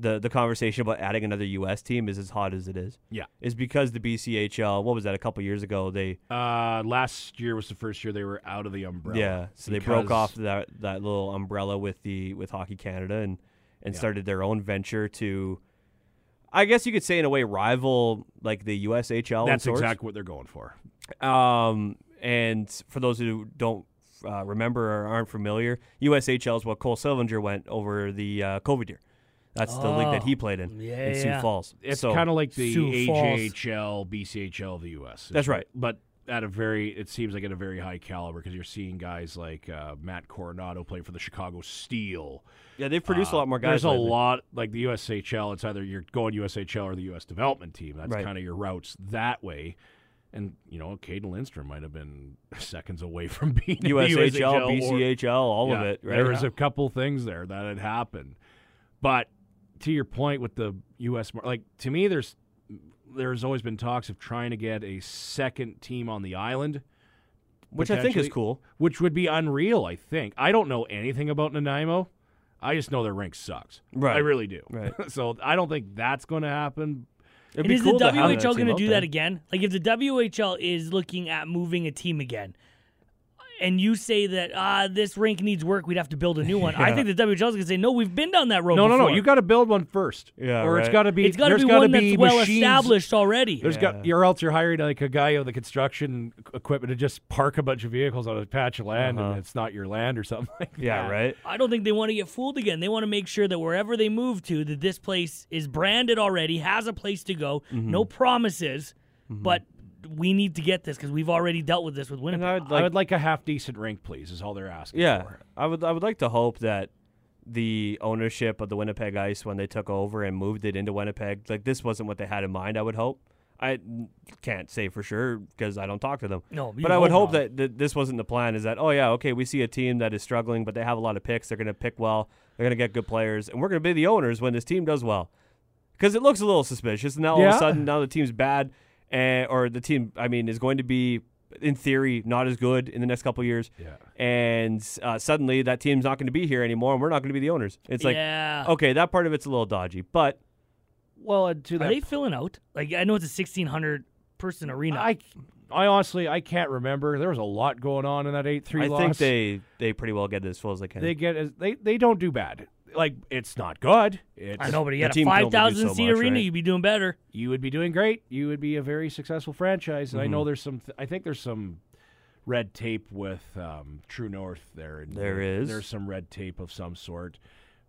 S6: the the conversation about adding another U.S. team is as hot as it is.
S5: Yeah.
S6: is because the BCHL. What was that? A couple years ago, they
S5: Uh, last year was the first year they were out of the umbrella.
S6: yeah, so they broke
S5: because-
S6: off that that little umbrella with the with Hockey Canada and and started their own venture to, I guess you could say in a way rival like the USHL. in
S5: That's
S6: sorts.
S5: exactly what they're going for.
S6: Um, and for those who don't uh, remember or aren't familiar, USHL is what Cole Sillinger went over the uh, COVID year. That's the league that he
S5: Oh.
S6: played in
S4: yeah,
S6: in
S4: yeah.
S6: Sioux Falls.
S5: It's
S6: so,
S5: kind of like the
S4: Sioux Falls.
S5: AJHL, BCHL of the U.S. It's
S6: That's right.
S5: But at a very, it seems like at a very high caliber because you're seeing guys like uh, Matt Coronado play for the Chicago Steel.
S6: yeah, they've produced a lot more guys.
S5: Uh, There's a
S6: lately.
S5: lot like the USHL. It's either you're going USHL or the U.S. Development Team. That's
S6: Right.
S5: kind of your routes that way. And you know, Caden Lindstrom might have been seconds away from being in the
S6: USHL,
S5: USHL or-
S6: BCHL, all of
S5: Yeah,
S6: it. Right?
S5: There was a couple things there that had happened, but to your point with the U.S. mar- like to me, there's there's always been talks of trying to get a second team on the island,
S6: which I think is
S5: potentially-
S6: cool.
S5: which would be unreal. I think I don't know anything about Nanaimo. I just know their rink sucks.
S6: Right.
S5: I really do.
S6: Right.
S5: so I don't think that's going to happen.
S6: It'd
S4: And
S6: be
S4: is
S6: cool
S4: the
S6: to have
S4: WHL going
S6: team
S4: to
S6: out
S4: do
S6: there.
S4: that again? Like, if the WHL is looking at moving a team again, and you say that ah, this rink needs work, we'd have to build a new one. I think the WHL is going to say, no, we've been down that road.
S5: No, no, no.
S4: before.
S5: You got to build one first.
S6: Yeah,
S5: Or it's
S6: right.
S5: got to be.
S4: It's got to
S5: there's
S4: be
S5: gotta
S4: one that's
S5: be
S4: well
S5: machines-
S4: established already.
S5: There's got or else you're hiring like a guy on the construction equ- equipment to just park a bunch of vehicles on a patch of land and it's not your land or something like that.
S6: Yeah, right.
S4: I don't think they want to get fooled again. They want to make sure that wherever they move to, that this place is branded already, has a place to go,
S6: Mm-hmm.
S4: no promises, but we need to get this because we've already dealt with this with
S6: And
S4: Winnipeg.
S6: I would
S5: I
S6: like
S5: would like a half decent rink, please, is all they're asking
S6: Yeah,
S5: for.
S6: I would. I would like to hope that the ownership of the Winnipeg Ice when they took over and moved it into Winnipeg, like this wasn't what they had in mind. I would hope. I n- can't say for sure because I don't talk to them.
S4: No, you
S6: but I would
S4: hope
S6: hope that th- this wasn't the plan. Is that oh yeah okay we see a team that is struggling but they have a lot of picks. They're going to pick well. They're going to get good players and we're going to be the owners when this team does well because it looks a little suspicious. And now all of
S5: Yeah.
S6: a sudden, now the team's bad, and, or the team, I mean, is going to be in theory not as good in the next couple of years.
S5: Yeah.
S6: And uh, suddenly that team's not going to be here anymore, and we're not going to be the owners. It's like, oh,
S4: yeah.
S6: okay, that part of it's a little dodgy, but
S5: Well, and to
S4: Are
S5: that
S4: they filling out? Like I know it's a sixteen hundred person arena.
S5: I I honestly I can't remember. There was a lot going on in that 8-3
S6: I
S5: loss.
S6: think they they pretty well get it as full as they can.
S5: they get as they they don't do bad. Like it's not good. It's
S4: I know, but you
S6: the
S4: had a
S6: team can only
S4: five
S6: do
S4: thousand
S6: so
S4: seat
S6: much,
S4: arena,
S6: right?
S4: you'd be doing better.
S5: you would be doing great. You would be a very successful franchise. And I
S6: Mm-hmm.
S5: know there's some. Th- I think there's some red tape with um, True North there. And
S6: There is.
S5: There's some red tape of some sort.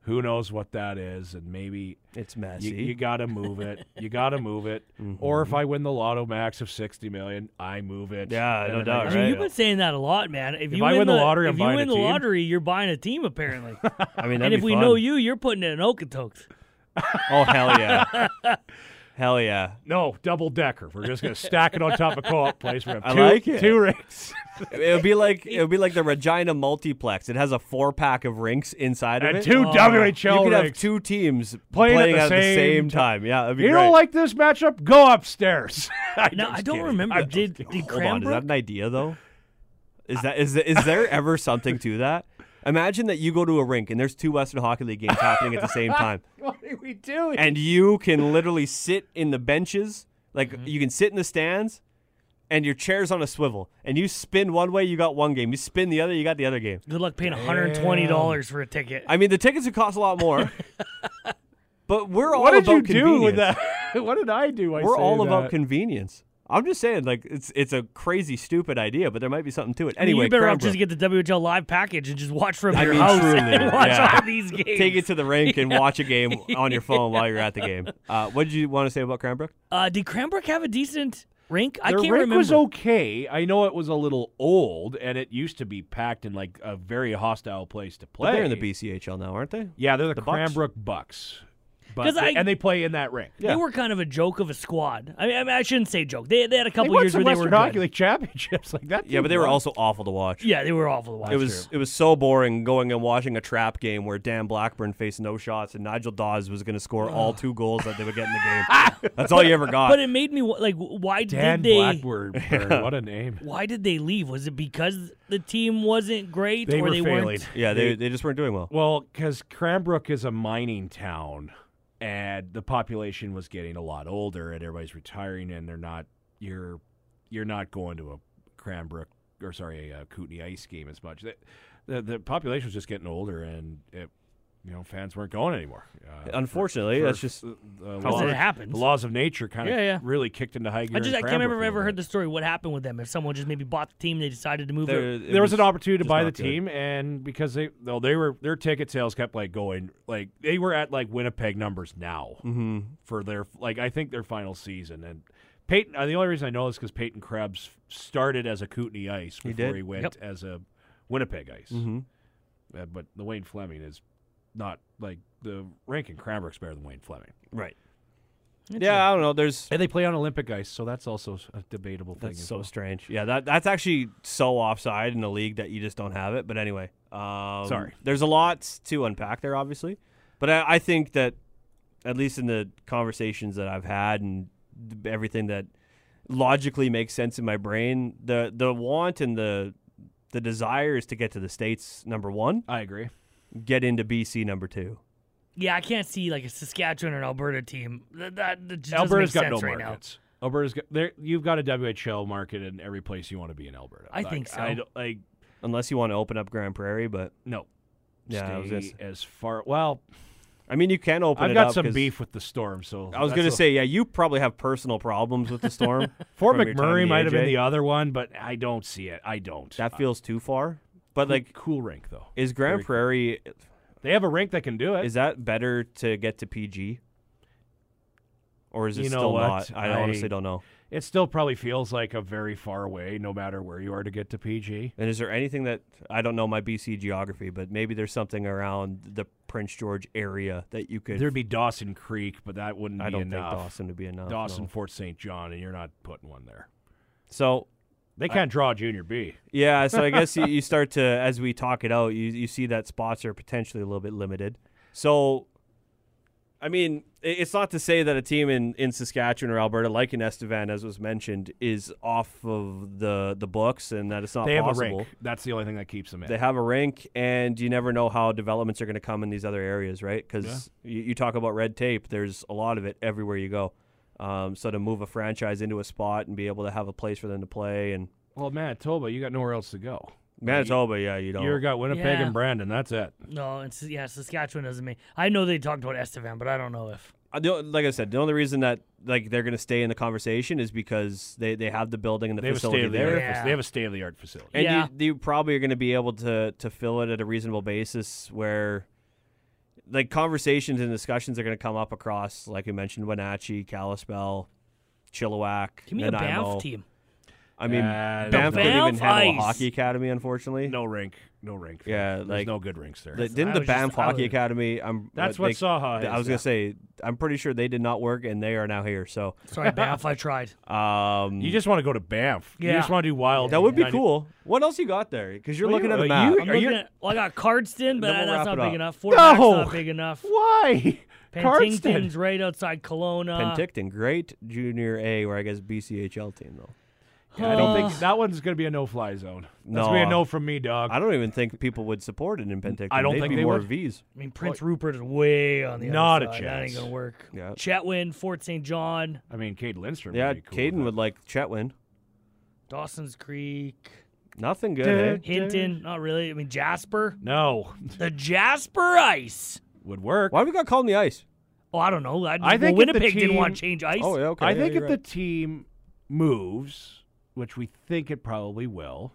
S5: Who knows what that is? And maybe
S6: it's
S5: you,
S6: messy.
S5: you got to move it. You got to move it.
S6: Mm-hmm.
S5: Or if I win the Lotto Max of sixty million, I move it.
S6: Yeah,
S5: And
S6: no
S5: then
S6: doubt,
S5: I-
S4: I
S6: All
S4: mean,
S6: right.
S4: you've been saying that a lot, man. If, you
S5: I win the lottery, I'm
S4: if you
S5: buying
S4: win
S5: a
S4: the
S5: team.
S4: lottery, you're buying a team apparently.
S6: I mean,
S4: and
S6: that'd
S4: if
S6: be
S4: we
S6: fun.
S4: know you, you're putting it in Okotoks.
S6: oh hell yeah, hell yeah.
S5: No double decker. We're just gonna stack it on top of co-op place. We're gonna
S6: I
S5: have two,
S6: like it.
S5: two rings
S6: It would be like it would be like the Regina multiplex. It has a four pack of rinks inside of
S5: and
S6: it. Oh.
S5: two WHL
S6: you could have
S5: rings.
S6: two teams
S5: Playing
S6: playing,
S5: at the
S6: at, the
S5: same
S6: same, time. Yeah, that'd be
S5: you
S6: great.
S5: don't like this matchup? Go upstairs. I
S4: Now I
S5: just
S4: don't
S5: kidding.
S4: remember. did did
S6: Hold on, is that
S4: Cranbrook?
S6: an idea though? Is that is is there ever something to that? Imagine that you go to a rink and there's two Western Hockey League games happening at the same time,
S5: What are we doing?
S6: and you can literally sit in the benches, like
S5: Mm-hmm.
S6: you can sit in the stands, and your chair's on a swivel. And you spin one way, you got one game. You spin the other, you got the other game.
S4: Good luck paying $120 for a ticket.
S6: I mean, the tickets would cost a lot more, but we're all
S5: what did
S6: about
S5: you do with
S6: convenience.
S5: that? what did I do? I
S6: We're
S5: say
S6: all
S5: that?
S6: about convenience. I'm just saying, like it's it's a crazy, stupid idea, but there might be something to it.
S4: I mean,
S6: Anyway,
S4: you better off
S6: Cranbrook,
S4: just get the WHL live package and just watch from
S6: I
S4: your
S6: mean,
S4: house
S6: truly,
S4: and watch
S6: yeah.
S4: all these games.
S6: take it to the rink and watch a game on your phone while you're at the game. Uh, what did you want to say about Cranbrook?
S4: uh, did Cranbrook have a decent rink? I
S5: Their
S4: can't
S5: rink
S4: remember.
S5: was okay. I know it was a little old, and it used to be packed in like a very hostile place to play.
S6: But they're in the BCHL now, aren't they?
S5: Yeah, they're the,
S6: Bucks?
S5: Cranbrook Bucks.
S4: 'Cause
S5: But
S4: I-
S5: and they play in that rink.
S4: They were kind of a joke of a squad. I mean, I, mean, I shouldn't say joke. They, they had a
S5: They
S4: couple
S5: won
S4: years
S5: some
S4: where they
S5: Western
S4: were
S5: Hockey
S4: good.
S5: League championships like that.
S6: Yeah, but
S5: team
S6: they were
S5: won.
S6: also awful to watch.
S4: Yeah, they were awful to watch.
S6: It was it was so boring going and watching a trap game where Dan Blackburn faced no shots and Nigel Dawes was going to score all two goals that they would get in the game. That's all you ever got.
S4: but it made me wa- like, why
S5: Dan
S4: did they?
S5: Blackbird. Bird, what a name.
S4: Why did they leave? Was it because the team wasn't great,
S5: They
S4: or
S5: were
S4: they
S5: failing.
S4: weren't?
S6: yeah, they they just weren't doing well.
S5: Well, because Cranbrook is a mining town, and the population was getting a lot older, and everybody's retiring, and they're not you're you're not going to a Cranbrook or sorry a, uh Kootenai ice game as much. The, the the population was just getting older, and it, you know fans weren't going anymore. Uh,
S6: Unfortunately,
S5: for-
S6: that's just
S5: uh, the
S4: How
S5: laws-
S4: it happens.
S5: The laws of nature kind of
S4: Yeah, yeah.
S5: really kicked into high gear.
S4: I just
S5: in
S4: I can't remember
S5: Cranbrook
S4: if I
S5: a
S4: ever
S5: little
S4: heard
S5: bit.
S4: the story. What happened with them? If someone just maybe bought the team, they decided to move
S6: There-
S4: it.
S6: it
S5: there was, an opportunity to
S6: just
S5: buy the
S6: not good.
S5: team, and because they though they were their ticket sales kept like going, like they were at like Winnipeg numbers now for their like I think their final season. And Peyton, uh, the only reason I know this because Peyton Krebs started as a Kootenai Ice before he,
S6: did.
S5: went
S4: Yep.
S5: as a Winnipeg Ice. Uh, but the Wayne Fleming is not like the rank in Cranbrook's better than Wayne Fleming,
S6: Right. Yeah, I don't know. There's
S5: and they play on Olympic ice, so that's also a debatable thing.
S6: That's so strange. Yeah, that that's actually so offside in the league that you just don't have it. But anyway, um,
S5: Sorry.
S6: There's a lot to unpack there, obviously, but I, I think that at least in the conversations that I've had and th- everything that logically makes sense in my brain, the the want and the the desire is to get to the states number one,
S5: I agree.
S6: get into BC number two.
S4: yeah, I can't see like a Saskatchewan or an Alberta team. That, that, that just doesn't
S5: Alberta's
S4: make
S5: got
S4: sense
S5: no
S4: right now.
S5: markets. Alberta's got there. You've got a WHL market in every place you want to be in Alberta.
S4: I think so.
S5: I don't- like
S6: Unless you want to open up Grand Prairie, but
S5: no.
S6: Yeah, I was
S5: Stay
S6: gonna say-
S5: as far. Well,
S6: I mean you can open.
S5: I've
S6: it
S5: got
S6: up
S5: some
S6: 'cause-
S5: beef with the storm, so
S6: I was
S5: that's
S6: gonna
S5: a-
S6: say, yeah, you probably have personal problems with the storm.
S5: Fort
S6: from your time in
S5: McMurray
S6: the
S5: might have been
S6: AJ.
S5: the other one, but I don't see it. I don't. Uh,
S6: That feels too far. But like,
S5: cool rink though.
S6: is Grand Prairie
S5: They have a rink that can do it.
S6: is that better to get to PG, or is it
S5: You know
S6: still
S5: what?
S6: not? I,
S5: I-
S6: honestly don't know.
S5: it still probably feels like a very far away, no matter where you are to get to PG.
S6: And is there anything that I don't know my BC geography, but maybe there's something around the Prince George area that you could.
S5: There'd be Dawson Creek, but that wouldn't
S6: I
S5: be
S6: don't
S5: enough.
S6: think Dawson would be enough. no.
S5: Dawson, Fort St. John, and you're not putting one there.
S6: So
S5: They can't draw Junior B.
S6: yeah, so I guess you, you start to as we talk it out, you you see that spots are potentially a little bit limited. So. I mean, i- it's not to say that a team in, in Saskatchewan or Alberta, like in Estevan, as was mentioned, is off of the, the books and that it's not
S5: They have
S6: possible.
S5: a rink. That's the only thing that keeps them in.
S6: They have a rink, and you never know how developments are going to come in these other areas, right? Because you, you talk about red tape, there's a lot of it everywhere you go. Um, so to move a franchise into a spot and be able to have a place for them to play, and
S5: well, Manitoba, you got nowhere else to go.
S6: Manitoba, yeah, you don't.
S5: You got Winnipeg
S4: Yeah.
S5: and Brandon. That's it.
S4: No, it's yeah, Saskatchewan doesn't make. I know they talked about Estevan, but I don't know if.
S6: I don't- like I said, the only reason that like they're going to stay in the conversation is because they, they have the building and the
S5: They have a state
S6: facility
S5: of the
S6: there.
S5: art.
S4: Yeah.
S5: They have a state of the art facility.
S6: And
S4: Yeah.
S6: you, you probably are going to be able to to fill it at a reasonable basis where like conversations and discussions are going to come up across like you mentioned Wenatchee, Kalispell, Chilliwack,
S4: Give me
S6: Nanaimo.
S4: a Banff team.
S6: I mean
S5: Uh, no
S6: Banff couldn't even
S4: Banff
S6: handle a
S4: ice.
S6: hockey academy unfortunately.
S5: No rink. No rink.
S6: Yeah,
S5: There's
S6: like-
S5: no good rinks there.
S6: The- didn't
S4: I
S6: the
S4: was just-
S6: Banff
S4: I
S6: Hockey
S4: was-
S6: Academy? I'm,
S5: That's
S6: uh,
S5: what
S6: they-
S5: Saha
S6: I
S5: is,
S6: was
S5: yeah.
S6: gonna say. I'm pretty sure they did not work, and they are now here. So,
S4: Sorry, Banff. I tried.
S6: um,
S5: you just want to go to Banff. You
S4: Yeah.
S5: just want to do wild.
S6: that would be
S5: I-
S6: cool. What else you got there? Because you're
S5: Well,
S6: looking
S5: you-
S6: at a
S5: uh,
S6: map.
S5: you-
S4: I'm
S5: Are
S4: looking at, well, I got Cardston, but
S6: Then we'll
S4: that's
S6: wrap
S4: not
S6: it
S4: big
S6: up.
S4: enough. Fort Mac's
S5: No!
S4: not big enough.
S5: Why?
S4: Penticton's
S5: Cardston. uh,
S4: right outside Kelowna.
S6: Penticton, great junior A, where I guess BCHL team though.
S5: I don't think that one's going to be a no-fly zone. That's going to be a
S6: No.
S5: no from me, dog.
S6: I don't even think people would support it in Penticton.
S5: I don't
S6: They'd
S5: think
S6: be
S5: they
S6: more
S5: would.
S6: V's.
S4: I mean, Prince Rupert is way on the other
S5: Not a
S4: side. That ain't
S5: chance.
S4: gonna work.
S6: Yeah.
S4: Chetwin, Fort St. John,
S5: I mean, Cade Lindstrom.
S6: Yeah,
S5: would be cool with
S6: Caden
S5: that.
S6: would like Chetwin.
S4: Dawson's Creek,
S6: Nothing good. eh?
S5: Dude.
S4: Hinton. Not really. I mean, Jasper.
S5: No,
S4: The Jasper Ice.
S5: would work.
S6: Why we got called on the ice?
S4: Oh, I don't know. I,
S5: I think
S4: well,
S5: if the
S4: Winnipeg didn't want
S5: team-
S4: to change ice.
S6: Oh yeah, okay.
S5: I
S6: yeah,
S5: think
S6: you're
S5: if the team moves, which we think it probably will,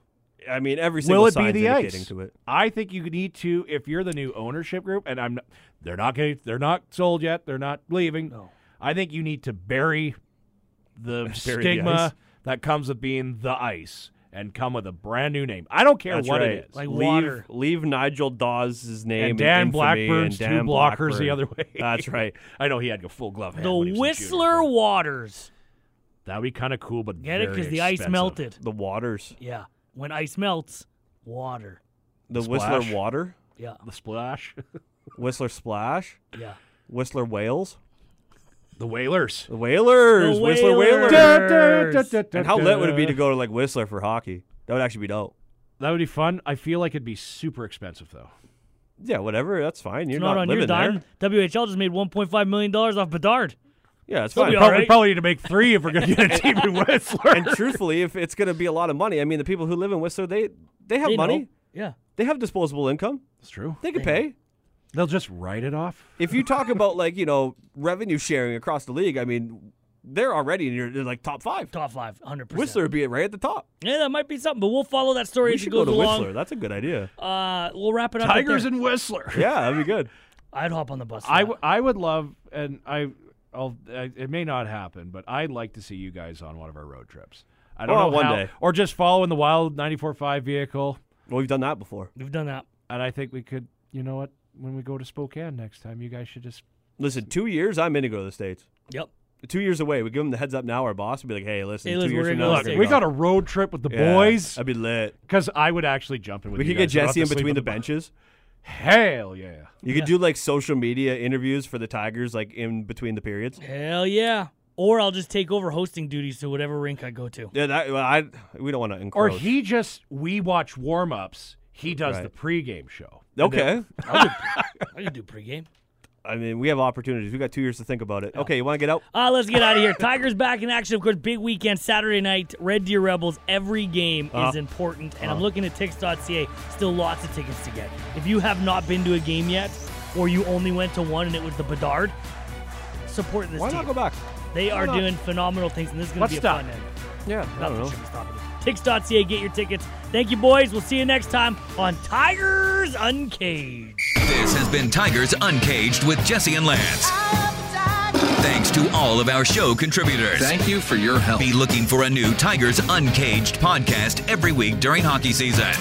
S6: right. I mean every single
S5: will it be
S6: sign's
S5: the
S6: indicating
S5: ice?
S6: to it.
S5: I think you need to, if you're the new ownership group, and I'm, not, they're not gonna, they're not sold yet, they're not leaving.
S4: No.
S5: I think you need to bury the
S6: Bury the
S5: stigma
S6: ice.
S5: that comes with being the ice and come with a brand new name. I don't care
S6: That's
S5: what
S6: right.
S5: it is.
S4: Like
S6: leave,
S4: water.
S6: Leave Nigel Dawes' name
S5: and Dan
S6: in infamy
S5: Blackburn's
S6: and Dan
S5: two blockers the
S6: Blackburn.
S5: other way.
S6: That's right.
S5: I know he had a full glove. hand
S4: The
S5: when he was a junior,
S4: Whistler
S5: but
S4: Waters.
S5: That would be kind of cool, but
S4: Get it?
S5: Because
S4: Because the ice melted.
S6: The waters.
S4: Yeah. When ice melts, water.
S6: The
S5: Splash.
S6: Whistler water.
S4: Yeah.
S5: The splash.
S6: Whistler splash.
S4: Yeah.
S6: Whistler whales.
S5: the Whalers.
S6: The whalers.
S4: The
S6: Whistler
S4: Whalers.
S6: whalers.
S4: Whalers.
S6: And how lit would it be to go to like Whistler for hockey? That would actually be dope.
S5: That would be fun. I feel like it'd be super expensive though.
S6: Yeah, whatever. That's fine. You're
S4: It's not,
S6: not
S4: on your
S6: living there.
S4: dime. WHL just made 1.5 million dollars off Bedard.
S6: Yeah, it's
S4: They'll
S6: fine.
S4: be
S5: But
S4: All
S5: we
S4: right.
S5: probably need to make three if we're going to get a team in Whistler.
S6: and truthfully, if it's going to be a lot of money, I mean, the people who live in Whistler, they they have
S4: They know.
S6: money.
S4: Yeah.
S6: They have disposable income.
S5: That's true.
S6: They can pay.
S5: They'll just write it off.
S6: If you talk about like you know revenue sharing across the league, I mean, they're already in your they're like top five.
S4: Top five, 100%.
S6: Whistler would be right at the top.
S4: Yeah, that might be something, but we'll follow that story
S6: We
S4: as it
S6: should
S4: goes
S6: go to
S4: along.
S6: Whistler. That's a good idea.
S4: Uh, we'll wrap it up. right
S5: Tigers
S4: there.
S5: and Whistler.
S6: Yeah, that'd be good.
S4: I'd hop on the bus. for
S5: I,
S4: that.
S5: w- I would love, and I, I'll, I, it may not happen, but I'd like to see you guys on one of our road trips. I don't
S6: Well,
S5: know
S6: Oh, one
S5: how-
S6: day.
S5: or just following the wild 94.5 vehicle.
S6: Well, we've done that before.
S4: We've done that.
S5: And I think we could, you know what, when we go to Spokane next time, you guys should just.
S6: Listen, two years, I'm in to go to the states.
S4: Yep.
S6: Two years away, we give them the heads up now. Our boss would be like, "Hey, listen,
S4: Hey,
S6: two
S4: listen,
S6: years
S4: we're
S6: from
S4: gonna
S6: now,
S4: go
S6: it's
S4: to
S6: gonna
S5: we
S6: go."
S5: got a road trip with the
S6: Yeah,
S5: boys
S6: That'd be lit.
S5: because I would actually jump in with
S6: We
S5: you.
S6: could get
S5: guys. I don't have
S6: Jesse in
S5: to sleep
S6: between
S5: on
S6: the benches.
S5: Hell yeah!
S6: You could do like social media interviews for the Tigers, like in between the periods.
S4: Hell yeah. Or I'll just take over hosting duties to whatever rink I go to.
S6: Yeah, that, well, I we don't want to
S5: Or
S6: encroach.
S5: he just we watch warm ups. He does
S6: Right.
S5: the pregame show.
S6: okay.
S4: I can do pregame.
S6: I mean, we have opportunities. We got two years to think about it. Okay, you want to get out?
S4: Uh, let's get out of here. Tigers back in action. Of course, big weekend, Saturday night, Red Deer Rebels. Every game
S6: Uh.
S4: is important, and I'm looking at ticks.ca. Still lots of tickets to get. If you have not been to a game yet, or you only went to one and it was the Bedard, support this
S6: Why
S4: team.
S6: not go back?
S4: they are
S6: not?
S4: doing phenomenal things, and this is going
S5: Let's
S4: to be a
S5: stop.
S4: fun end.
S6: Yeah, I don't
S4: Nothing
S6: know.
S4: should be stopping it. Ticks.ca, get your tickets. Thank you, boys. We'll see you next time on Tigers Uncaged.
S2: This has been Tigers Uncaged with Jesse and Lance. Thanks to all of our show contributors.
S7: Thank you for your help.
S2: Be looking for a new Tigers Uncaged podcast every week during hockey season.